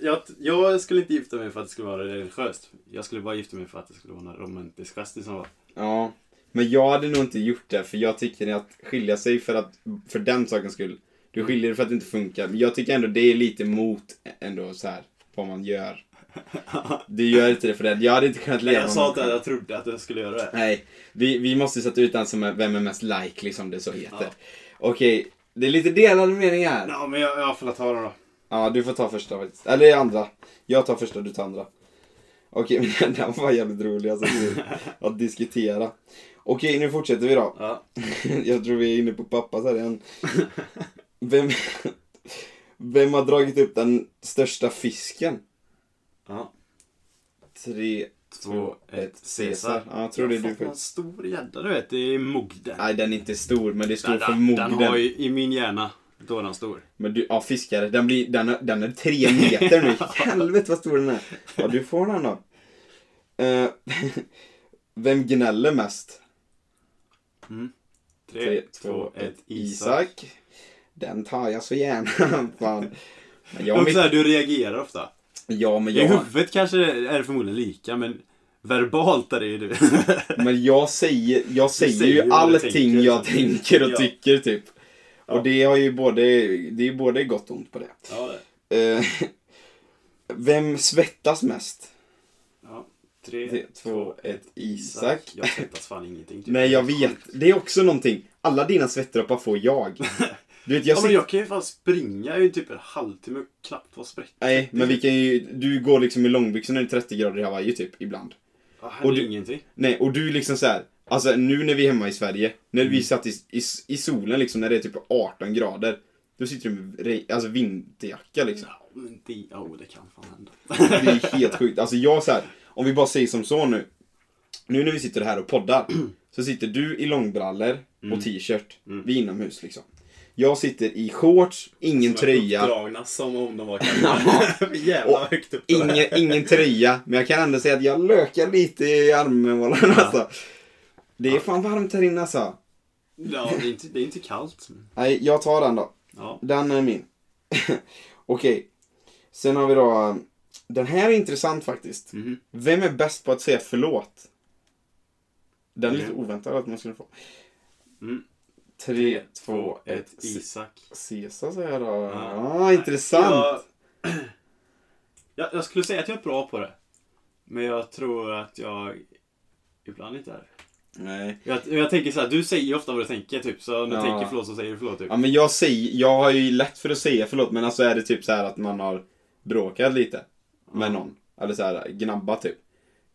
Speaker 1: jag, jag skulle inte gifta mig för att det skulle vara religiöst. Jag skulle bara gifta mig för att det skulle vara en romantisk gest. Liksom.
Speaker 2: Ja. Men jag hade nog inte gjort det, för jag tycker att skilja sig för, att, för den sakens skull. Du
Speaker 1: Mm.
Speaker 2: skiljer dig för att det inte funkar, men jag tycker ändå det är lite mot ändå så här vad man gör.
Speaker 1: *laughs*
Speaker 2: Du gör inte det för det. Jag hade inte kunnat
Speaker 1: Nej,
Speaker 2: leva
Speaker 1: jag
Speaker 2: med
Speaker 1: sa inte
Speaker 2: mig
Speaker 1: att
Speaker 2: själv.
Speaker 1: jag trodde att jag skulle göra det.
Speaker 2: Nej, vi, vi måste sätta ut den som är, vem är mest likely som det så heter.
Speaker 1: Ja.
Speaker 2: Okej, det är lite delade meningar. här.
Speaker 1: Ja, men jag, jag får ta den då.
Speaker 2: Ja, du får ta första faktiskt. Eller andra. Jag tar första, du tar andra. Okej, *laughs* men den där var jävligt rolig alltså,
Speaker 1: *laughs*
Speaker 2: att diskutera. Okej, nu fortsätter vi då.
Speaker 1: Ja.
Speaker 2: *laughs* Jag tror vi är inne på pappas här igen. Vem, vem har dragit upp den största fisken?
Speaker 1: ja.
Speaker 2: Tre...
Speaker 1: Två, ett, Caesar.
Speaker 2: Ja, jag tror det är du
Speaker 1: En
Speaker 2: faktiskt.
Speaker 1: stor gädda du vet, det är Mogden.
Speaker 2: Nej, den är inte stor, men det är stor
Speaker 1: Den-
Speaker 2: för
Speaker 1: den- Den har
Speaker 2: mogden.
Speaker 1: ju, i min hjärna, då är den stor.
Speaker 2: Men du, ja fiskare, den, blir, den, är- den är tre
Speaker 1: *laughs*
Speaker 2: meter nu. Helvete vad stor den är. Ja, du får den då. Eh, *laughs* vem gnäller mest?
Speaker 1: Tre, två, ett, Isak.
Speaker 2: Isak. Den tar jag så gärna. *laughs* Fan. Men jag,
Speaker 1: Och så
Speaker 2: mitt,
Speaker 1: här, du reagerar ofta.
Speaker 2: ja, men
Speaker 1: I
Speaker 2: jag,
Speaker 1: huvudet kanske det är förmodligen lika, men verbalt är det ju du.
Speaker 2: men jag säger, jag säger,
Speaker 1: säger vad
Speaker 2: ju
Speaker 1: du
Speaker 2: allting
Speaker 1: tänker,
Speaker 2: jag
Speaker 1: så.
Speaker 2: tänker och
Speaker 1: Ja.
Speaker 2: tycker typ.
Speaker 1: Ja.
Speaker 2: Och det har ju både, det är ju både gott och ont på det.
Speaker 1: ja, det.
Speaker 2: Eh, vem svettas mest?
Speaker 1: Ja. Tre,
Speaker 2: Tre, två, ett, Isak.
Speaker 1: Jag svettas fan ingenting. typ.
Speaker 2: Nej, jag vet. Det är också någonting. Alla dina svettdroppar får jag. Du vet,
Speaker 1: Ja,
Speaker 2: jag
Speaker 1: men
Speaker 2: sitter...
Speaker 1: jag kan ju fan springa i typ en halvtimme och knappt vara sprätt.
Speaker 2: Nej, men vi kan ju... Du går liksom i långbyxor när det är 30 grader i Hawaii typ, ibland.
Speaker 1: Ja, här
Speaker 2: och
Speaker 1: är
Speaker 2: du-
Speaker 1: ingenting.
Speaker 2: Nej, och du liksom så här. Alltså nu när vi är hemma i Sverige, när vi satt i, i, i solen liksom, när det är typ 18 grader. Då sitter du med re, alltså, vinterjacka liksom.
Speaker 1: Ja, men det, oh, det kan fan hända.
Speaker 2: Det är helt sjukt. Alltså jag så här, om vi bara säger som så nu. Nu när vi sitter här och poddar, så sitter du i långbrallor och t-shirt. Vi är inomhus liksom. Jag sitter i shorts, ingen tröja.
Speaker 1: Uppdragna som om de var *laughs* kaniner. Jävlar vad högt upp det var. *laughs*
Speaker 2: Ingen, ingen tröja, men jag kan ändå säga att jag lökar lite i armhålan alltså. Det är fan varmt här inne alltså.
Speaker 1: Ja, det är inte, det är inte kallt. men-
Speaker 2: Nej, jag tar den då.
Speaker 1: Ja.
Speaker 2: Den är min. *laughs* Okej. Sen har vi då... Den här är intressant faktiskt.
Speaker 1: Mhm.
Speaker 2: Vem är bäst på att säga förlåt? Den är lite
Speaker 1: Mm.
Speaker 2: oväntad att man skulle få.
Speaker 1: Mm.
Speaker 2: Tre, två, ett.
Speaker 1: ett Isak.
Speaker 2: Caesar säger jag då. Ja,
Speaker 1: Ja.
Speaker 2: intressant.
Speaker 1: Jag, *clears throat* jag, jag skulle säga att jag är bra på det. Men jag tror att jag ibland inte är det.
Speaker 2: Nej.
Speaker 1: jag, jag tänker så här, du säger ju ofta vad du tänker typ. Så om du
Speaker 2: Ja.
Speaker 1: tänker förlåt så säger du förlåt typ.
Speaker 2: Ja, men jag säger... Jag har ju lätt för att säga förlåt, men alltså är det typ så här att man har bråkat lite med någon. Eller så här gnabbat typ.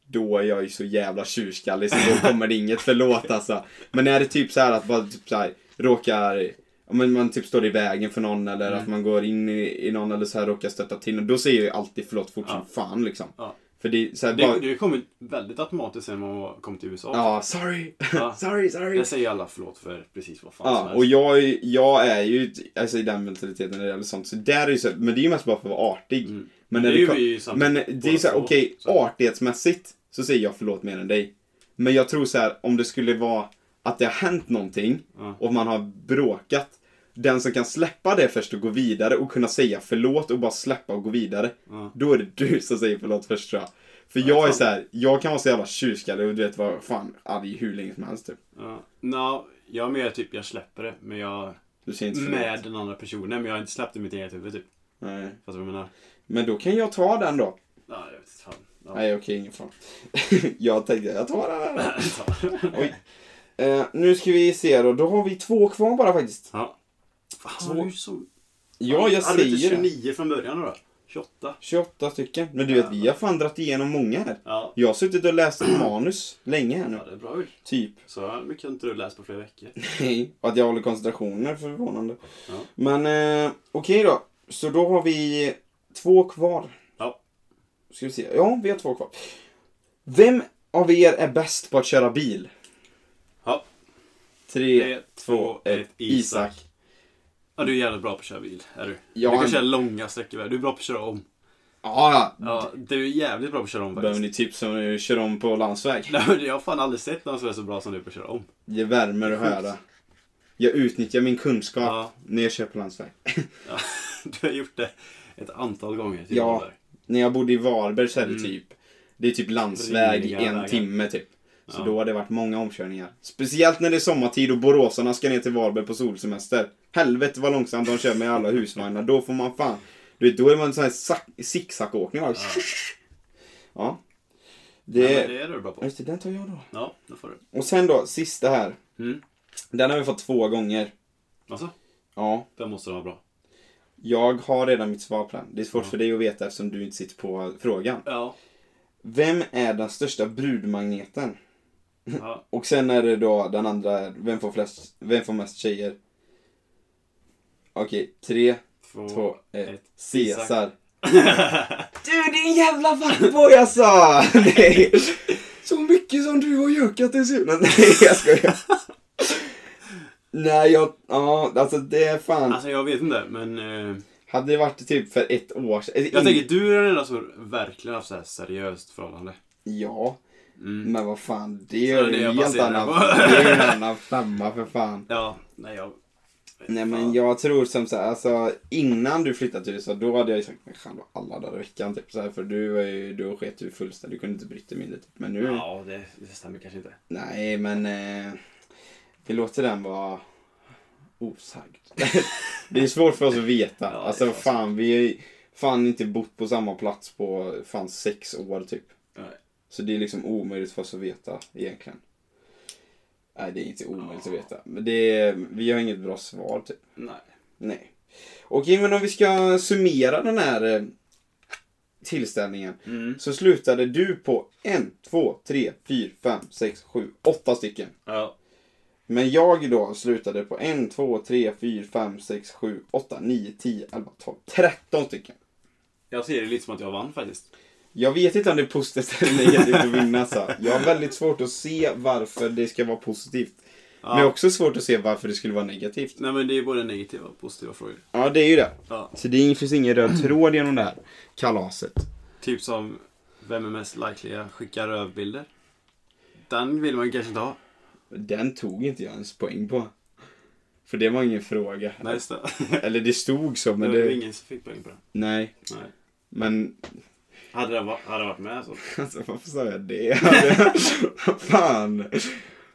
Speaker 2: Då är jag ju så jävla tjurskallig så då kommer det
Speaker 1: *laughs*
Speaker 2: inget förlåt alltså. Men är det typ så här att bara typ så här, råkar, ja, men man typ står i vägen för någon eller
Speaker 1: Mm.
Speaker 2: att man går in i, i någon eller så här råkar stöta till någon. Då säger jag ju alltid förlåt fort som fan liksom.
Speaker 1: Ja.
Speaker 2: För det är så här bara,
Speaker 1: Det, det kommer väldigt automatiskt sen man kom till USA.
Speaker 2: ja sorry,
Speaker 1: Ja.
Speaker 2: *laughs* sorry, sorry.
Speaker 1: Där säger alla förlåt för precis vad fan som
Speaker 2: Ja,
Speaker 1: helst.
Speaker 2: och jag, är- jag är ju alltså, i den mentaliteten när det gäller sånt. Så där är ju så, men det är ju mest bara för att vara artig.
Speaker 1: Mm.
Speaker 2: Men,
Speaker 1: Men
Speaker 2: när
Speaker 1: det
Speaker 2: det
Speaker 1: är
Speaker 2: kom,
Speaker 1: vi ju samma-
Speaker 2: men det är ju
Speaker 1: båda
Speaker 2: såhär,
Speaker 1: två,
Speaker 2: okej,
Speaker 1: så.
Speaker 2: artighetsmässigt så säger jag förlåt mer än dig. Men jag tror så här, om det skulle vara att det har hänt någonting
Speaker 1: Ja.
Speaker 2: och man har bråkat. Den som kan släppa det först och gå vidare och kunna säga förlåt och bara släppa och gå vidare.
Speaker 1: Ja.
Speaker 2: Då är det du som säger förlåt först tror jag. För jag är
Speaker 1: fan.
Speaker 2: så här, jag kan vara så jävla tjurskallig och du vet vad fan arg hur länge som helst typ.
Speaker 1: Ja. Nå, jag är mer typ, jag släpper det. Men jag...
Speaker 2: Du säger inte förlåt.
Speaker 1: Med den andra personen. Men jag har inte släppt det i mitt eget huvud typ.
Speaker 2: Nej.
Speaker 1: Fast vad jag menar.
Speaker 2: Men då kan jag ta den då.
Speaker 1: Ja, jag vet inte fan. Ja. *laughs*
Speaker 2: Nej, okej, ingen fara. *laughs* jag tänkte, jag tar den här. Oj. Eh, nu ska vi se då. Då har vi två kvar bara faktiskt.
Speaker 1: Ja. Fan,
Speaker 2: Två.
Speaker 1: du är så...
Speaker 2: Ja, jag
Speaker 1: Hade du inte
Speaker 2: säger det.
Speaker 1: 29 från början då? 28?
Speaker 2: 28 stycken. Men du vet, vi har fan dragit igenom många här.
Speaker 1: Ja.
Speaker 2: Jag har suttit och läst manus länge här nu.
Speaker 1: Ja, det är bra Ulf.
Speaker 2: Typ.
Speaker 1: Så mycket har inte du läst på flera veckor.
Speaker 2: Nej, att jag håller koncentrationen är förvånande.
Speaker 1: Ja.
Speaker 2: Men eh, okej då. Så då har vi två kvar.
Speaker 1: Ja.
Speaker 2: Ska vi se. Ja, vi har två kvar. Vem av er är bäst på att köra bil?
Speaker 1: Ja.
Speaker 2: Tre,
Speaker 1: Tre,
Speaker 2: två, ett. Isak.
Speaker 1: Ja, du är jävligt bra på att köra bil. Är du?
Speaker 2: Ja,
Speaker 1: du kan
Speaker 2: han-
Speaker 1: köra långa sträckor. väl? Du är bra på att köra om.
Speaker 2: Ja, ja.
Speaker 1: Ja, du är jävligt bra på att köra om
Speaker 2: Mm. Behöver
Speaker 1: faktiskt.
Speaker 2: ni tips om hur kör om på landsväg?
Speaker 1: *laughs* Nej, men jag har fan aldrig sett någon som är så bra som du på att köra om.
Speaker 2: Det värmer att höra. Jag utnyttjar min kunskap
Speaker 1: Ja.
Speaker 2: när jag kör på landsväg.
Speaker 1: Ja, *laughs* du har gjort det ett antal gånger. till
Speaker 2: Ja.
Speaker 1: Varberg.
Speaker 2: När jag bodde i Varberg så är det typ Det är typ landsväg i
Speaker 1: Ringiga
Speaker 2: en
Speaker 1: Mm. vägar.
Speaker 2: timme typ. Så
Speaker 1: Ja.
Speaker 2: då har det varit många omkörningar. Speciellt när det är sommartid och boråsarna ska ner till Varberg på solsemester. Helvete vad långsamt de kör med alla husvagnar. Då får man fan... Du vet, då är man en sån här sack- zigzagåkning. Ja. ja. Det...
Speaker 1: Nej, men det är du bra på.
Speaker 2: Just det, den tar jag då.
Speaker 1: Ja, det får du.
Speaker 2: Och sen då, sista här.
Speaker 1: Mm.
Speaker 2: Den har vi fått två gånger.
Speaker 1: Alltså,
Speaker 2: Ja.
Speaker 1: det måste du vara bra.
Speaker 2: Jag har redan mitt svar på den. Det är svårt för dig att veta eftersom du inte sitter på frågan.
Speaker 1: Ja.
Speaker 2: Vem är den största brudmagneten? *laughs*
Speaker 1: ja.
Speaker 2: Och sen är det då den andra, vem får, flest, vem får mest tjejer? Okej, tre,
Speaker 1: Två.
Speaker 2: två, ett.
Speaker 1: ett. *laughs*
Speaker 2: Caesar. Du din jävla fuckboy alltså! *laughs* Nej. Så mycket som du har juckat dessutom. *laughs* Nej, jag skojar. Nej, jag, ja, alltså det är fan.
Speaker 1: Alltså jag vet inte, men... Eh,
Speaker 2: Hade det varit typ för ett år sedan.
Speaker 1: jag tänker, du är den enda som verkligen har haft så här seriöst förhållande.
Speaker 2: Ja,
Speaker 1: Mm.
Speaker 2: men vad fan, det
Speaker 1: Så är
Speaker 2: är
Speaker 1: det
Speaker 2: ju
Speaker 1: jag
Speaker 2: en helt
Speaker 1: baserar
Speaker 2: annan,
Speaker 1: på.
Speaker 2: det är ju en annan femma för fan.
Speaker 1: Ja, nej jag...
Speaker 2: Nej men jag tror som så här, alltså innan du flyttade till USA då hade jag ju sagt men fan alla dagar i veckan typ så här, för du var ju, då sket du fullständigt, du kunde inte bryta mindre typ. Men nu,
Speaker 1: Ja, det, det stämmer kanske inte.
Speaker 2: nej men eh, vi låter den vara osagd.
Speaker 1: *laughs*
Speaker 2: det är svårt för oss att veta,
Speaker 1: det är
Speaker 2: alltså
Speaker 1: svårt.
Speaker 2: fan vi har ju fan inte bott på samma plats på fan sex år typ.
Speaker 1: Nej.
Speaker 2: Så det är liksom omöjligt för oss att veta egentligen. Nej det är inte omöjligt att veta, men det är, vi har inget bra svar typ.
Speaker 1: Nej.
Speaker 2: Nej. Okej, men om vi ska summera den här eh, tillställningen.
Speaker 1: Mm.
Speaker 2: Så slutade du på en, två, tre, fyra, fem, sex, sju, åtta stycken.
Speaker 1: Ja.
Speaker 2: Men jag då slutade på en, två, tre, fyra, fem, sex, sju, åtta, nio, tio, elva, tolv, tretton stycken.
Speaker 1: Jag ser det lite som att jag vann faktiskt.
Speaker 2: Jag vet inte om det är positivt eller negativt att vinna så. Jag har väldigt svårt att se varför det ska vara positivt. Men jag har också svårt att se varför det skulle vara negativt.
Speaker 1: Nej men det är både negativa och positiva frågor.
Speaker 2: Ja, det är ju det.
Speaker 1: Ja.
Speaker 2: Så det finns ingen röd tråd genom det här kalaset.
Speaker 1: Typ som, vem är mest likely att skicka rövbilder? Den vill man ju kanske inte ha.
Speaker 2: Den tog inte jag ens poäng på. För det var ingen fråga.
Speaker 1: Nej, just det.
Speaker 2: Eller det stod så,
Speaker 1: Men *laughs*
Speaker 2: men
Speaker 1: det var
Speaker 2: det...
Speaker 1: ingen som fick poäng på den.
Speaker 2: Nej.
Speaker 1: Nej.
Speaker 2: Men *laughs*
Speaker 1: Hade den va- hade den varit med så.
Speaker 2: alltså, varför sa jag det?
Speaker 1: *laughs*
Speaker 2: Fan!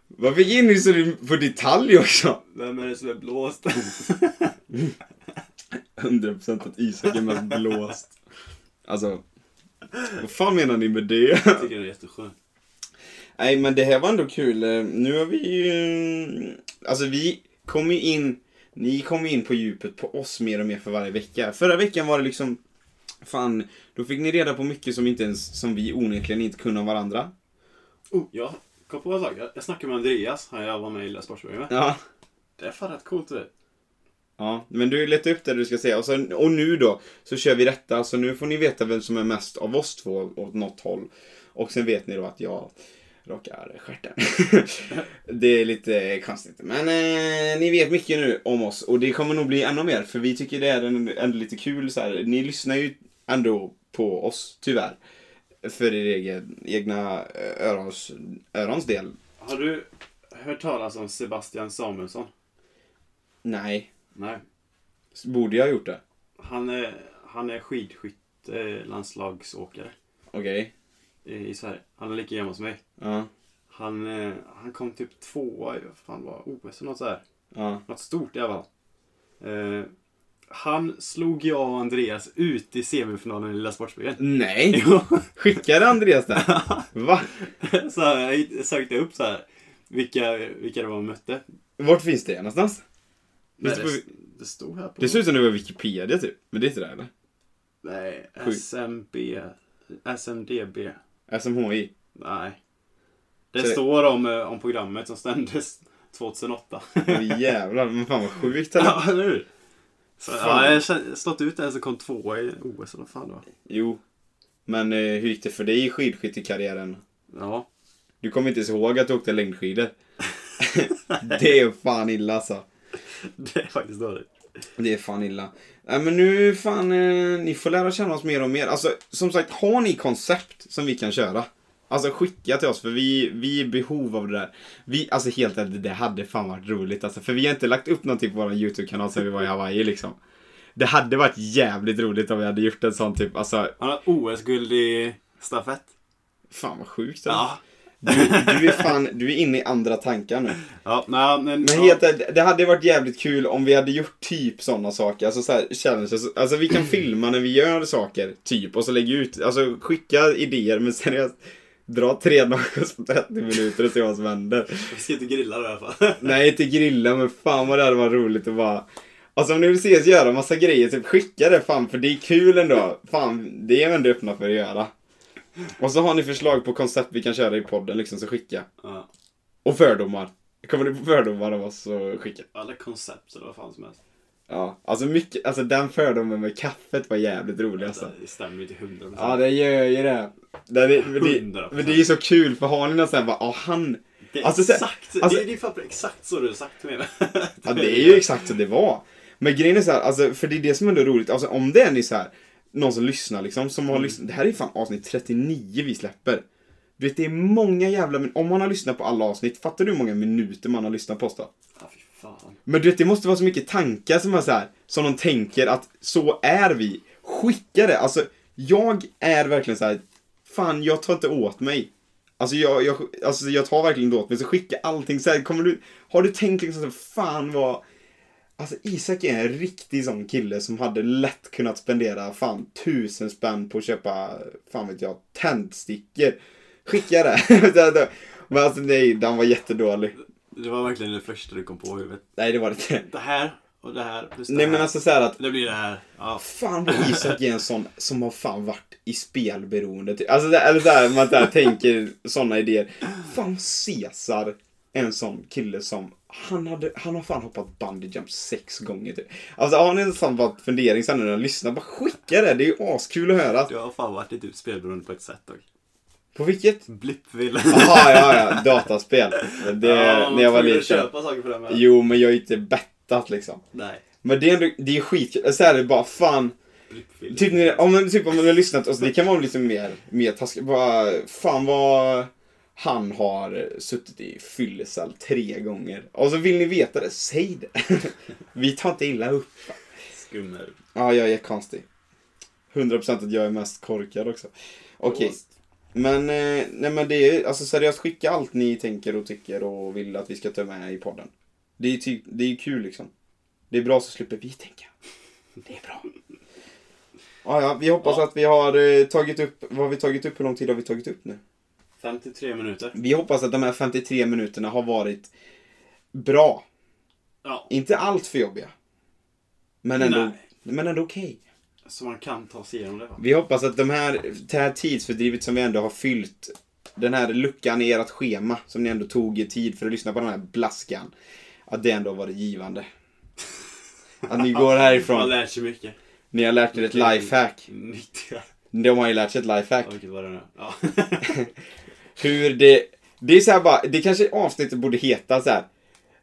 Speaker 2: Varför gick ni så på detalj också?
Speaker 1: Vem är det som är *laughs* blåst?
Speaker 2: 100% att Isak är mest blåst. Alltså, vad fan menar ni med det?
Speaker 1: Jag tycker den är jätteskön.
Speaker 2: Nej, men det här var ändå kul. Eh, Nu har vi ju... Alltså, vi kom ju in... Ni kom ju in på djupet på oss mer och mer för varje vecka. Förra veckan var det liksom... Fan, då fick ni reda på mycket som, inte ens, som vi onekligen inte kunde om varandra.
Speaker 1: Oh, jag kom på en sak. Jag- Jag snackade med Andreas, han jag var med i Lilla Sportsberg med.
Speaker 2: Ja.
Speaker 1: Det är fan rätt coolt det.
Speaker 2: Ja, men du letar upp det du ska säga. Och, sen, och nu då, så kör vi detta. Så nu får ni veta vem som är mest av oss två åt något håll. Och sen vet ni då att jag rockar stjärten. *laughs* det är lite konstigt. Men eh, ni vet mycket nu om oss. Och det kommer nog bli ännu mer. För vi tycker det är en- ändå lite kul så här. Ni lyssnar ju ändå på oss, tyvärr. För er egen, egna eh, örons, örons del.
Speaker 1: Har du hört talas om Sebastian Samuelsson?
Speaker 2: Nej,
Speaker 1: Nej.
Speaker 2: borde jag ha gjort det?
Speaker 1: Han är, han är skidskytt, eh, landslagsåkare
Speaker 2: Okej.
Speaker 1: i i Sverige. Han är lika gammal som mig.
Speaker 2: Ja.
Speaker 1: Han, eh, han kom typ tvåa i, vad fan var det? OS eller något sådär.
Speaker 2: Ja.
Speaker 1: Något stort i alla fall. Eh, Han slog jag och Andreas ut i semifinalen i Lilla Sportspegeln. *laughs*
Speaker 2: Nej!
Speaker 1: Jo.
Speaker 2: Skickade Andreas den? *laughs* Va?
Speaker 1: så jag sökte upp så här vilka, vilka det var man mötte.
Speaker 2: Vart finns det någonstans?
Speaker 1: Nej,
Speaker 2: Finns det,
Speaker 1: det,
Speaker 2: på...
Speaker 1: det stod här på...
Speaker 2: det ser ut som det var Wikipedia typ, men det är inte det eller?
Speaker 1: Nej,
Speaker 2: Sju.
Speaker 1: SMB. SMDB.
Speaker 2: SMHI?
Speaker 1: Nej. Det
Speaker 2: Så det-
Speaker 1: står om, eh, om programmet som sändes *laughs* 2008.
Speaker 2: Åh, Jävlar, men fan vad sjukt eller?
Speaker 1: ja, eller hur? Så,
Speaker 2: Fan.
Speaker 1: ja, jag har slått ut en som kom tvåa i OS eller vad fan det var.
Speaker 2: Jo. Men eh, hur gick det för dig i skidskyttekarriären?
Speaker 1: Ja.
Speaker 2: Du kommer inte ens ihåg att du åkte *laughs* längdskidor? det är fan illa alltså.
Speaker 1: Det är faktiskt dåligt.
Speaker 2: Det är fan illa. Nej men nu fan, eh, ni får lära känna oss mer och mer. Alltså som sagt, har ni koncept som vi kan köra? Alltså skicka till oss för vi, vi är i behov av det där. Vi, alltså helt ärligt, det hade fan varit roligt alltså. För vi har inte lagt upp någonting på vår YouTube-kanal sedan vi var i Hawaii liksom. Det hade varit jävligt roligt om vi hade gjort en sån typ, alltså
Speaker 1: Han har OS-guld i stafett.
Speaker 2: fan vad sjukt. Ja.
Speaker 1: Ja.
Speaker 2: Du, du är fan, du är inne i andra tankar nu.
Speaker 1: Ja, nej, men...
Speaker 2: Men helt ärligt, det hade varit jävligt kul om vi hade gjort typ sådana saker, alltså så här, challenges. Alltså vi kan filma när vi gör saker, typ, och så lägga ut, alltså skicka idéer, men seriöst, dra tre nachos på 30 minuter och se vad som händer.
Speaker 1: ja, vi ska inte grilla då i alla fall.
Speaker 2: Nej, inte grilla, men fan vad det hade varit roligt att bara... Alltså om ni vill se oss göra massa grejer, typ skicka det fan, för det är kul ändå. Fan, det är vi ändå öppna för att göra. Och så har ni förslag på koncept vi kan köra i podden, liksom, så skicka.
Speaker 1: Ja.
Speaker 2: Och fördomar. Kommer ni på fördomar av oss, så skicka.
Speaker 1: Alla koncept eller vad fan som helst.
Speaker 2: Ja, alltså mycket, alltså den fördomen med kaffet var jävligt rolig alltså.
Speaker 1: Det stämmer ju till hundra
Speaker 2: Ja, det gör ju det. Det, är- men det,
Speaker 1: 100%.
Speaker 2: men det är ju så kul för har ni någon sån här bara, ja han,
Speaker 1: Det är
Speaker 2: Alltså, så-
Speaker 1: exakt, det-
Speaker 2: alltså-
Speaker 1: det, är fan exakt så du har sagt till mig.
Speaker 2: *laughs* ja det är ju exakt så det var. Men grejen är så här, alltså för det är det som ändå är roligt, alltså om det är ni så här, någon som lyssnar liksom, som har lyssnat, det här är fan avsnitt 39 vi släpper. Du vet det är många jävla, men om man har lyssnat på alla avsnitt, fattar du hur många minuter man har lyssnat på oss då?
Speaker 1: Ja, fy fan.
Speaker 2: Men du vet, det måste vara så mycket tankar som är så här, som de tänker att så är vi. Skicka det! Alltså, jag är verkligen så här, fan jag tar inte åt mig. Alltså jag, jag, alltså jag tar verkligen inte åt mig, så skicka allting så här, kommer du, har du tänkt liksom så här, fan vad, alltså Isak är en riktig sån kille som hade lätt kunnat spendera fan tusen spänn på att köpa, fan vet jag, tändstickor. Skicka det! *laughs* Men alltså nej, den var jättedålig.
Speaker 1: Det var verkligen det första du kom på i huvudet.
Speaker 2: Nej, det var det inte.
Speaker 1: Det här och det här plus det
Speaker 2: Nej
Speaker 1: här.
Speaker 2: men alltså så här att
Speaker 1: Det blir det här. Ja. *laughs*
Speaker 2: Fan vad Isak är en sån som har fan varit i spelberoende. typ. Alltså, det- eller såhär, man där tänker såna idéer. Fan Cesar är en sån kille som, han, hade, han har fan hoppat bungee jump sex gånger typ. Alltså har ni en sån bara fundering sen när ni lyssnar, bara skicka det. Det är ju askul att höra.
Speaker 1: Du har fan varit lite spelberoende på ett sätt dock.
Speaker 2: På vilket?
Speaker 1: Blippville. *laughs*
Speaker 2: Jaha, ja, ja, dataspel. Det,
Speaker 1: Ja, man
Speaker 2: Eh, när jag var
Speaker 1: tvungen att
Speaker 2: liten.
Speaker 1: köpa saker för det med.
Speaker 2: Jo, men jag är inte bettat liksom.
Speaker 1: Nej.
Speaker 2: Men det är ändå, det är skit, såhär det är bara fan.
Speaker 1: Blippville.
Speaker 2: Typ, när, om, man- typ om man har lyssnat, alltså, det kan vara lite mer, mer taskigt. Bara, fan vad han har suttit i fyllecell tre gånger. Och så vill ni veta det, säg det. *laughs* Vi tar inte illa upp.
Speaker 1: Skummer.
Speaker 2: Ja, jag är konstig. 100% att jag är mest korkad också. Okej, men, eh, nej, men det är alltså seriöst, skicka allt ni tänker och tycker och vill att vi ska ta med i podden. Det är, typ, det är kul liksom. Det är bra så slipper vi tänka. Det är bra. Ja, ja, vi hoppas
Speaker 1: Ja.
Speaker 2: att vi har eh, tagit upp, vad har vi tagit upp, hur lång tid har vi tagit upp nu?
Speaker 1: 53 minuter.
Speaker 2: Vi hoppas att de här 53 minuterna har varit bra.
Speaker 1: Ja,
Speaker 2: Inte allt för jobbiga. Men ändå,
Speaker 1: Nej.
Speaker 2: men ändå okej.
Speaker 1: så man kan ta sig igenom det va?
Speaker 2: Vi hoppas att de här, det här tidsfördrivet som vi ändå har fyllt, den här luckan i ert schema som ni ändå tog er tid för att lyssna på den här blaskan, att det ändå har varit givande. Att ni går
Speaker 1: Man har
Speaker 2: härifrån,
Speaker 1: lärt sig mycket.
Speaker 2: ni har lärt er ett lifehack.
Speaker 1: Nyttiga.
Speaker 2: De har ju lärt sig ett lifehack.
Speaker 1: Ja, vilket var det nu? Ja. *laughs*
Speaker 2: Hur det, det är så här bara, det kanske avsnittet borde heta så här.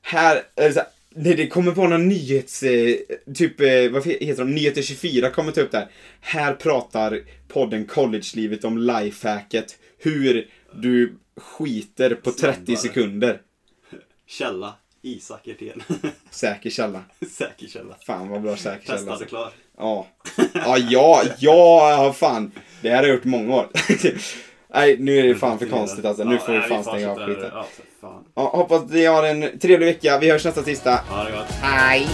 Speaker 2: här eller så här, nej, det kommer vara någon nyhets, eh, typ, eh, vad heter de, Nyheter 24 kommer ta upp det här. Här pratar podden Collegelivet om lifehacket, hur du skiter på 30
Speaker 1: Snabbare.
Speaker 2: sekunder.
Speaker 1: Källa. Isak *laughs* Ertén.
Speaker 2: Säker källa.
Speaker 1: Säker källa.
Speaker 2: Fan vad bra säker källa.
Speaker 1: Testade klar.
Speaker 2: Ja. Ja, ja, ja, fan. Det här har jag gjort i många år. *laughs* Nej, nu är det fan för konstigt alltså. Nu
Speaker 1: Ja,
Speaker 2: får vi
Speaker 1: nej,
Speaker 2: fan stänga av
Speaker 1: avslutar det.
Speaker 2: skiten.
Speaker 1: Ja, för fan.
Speaker 2: Ja, hoppas ni har en trevlig vecka. Vi hörs nästa tisdag.
Speaker 1: Ja, det är gott.
Speaker 2: Hej!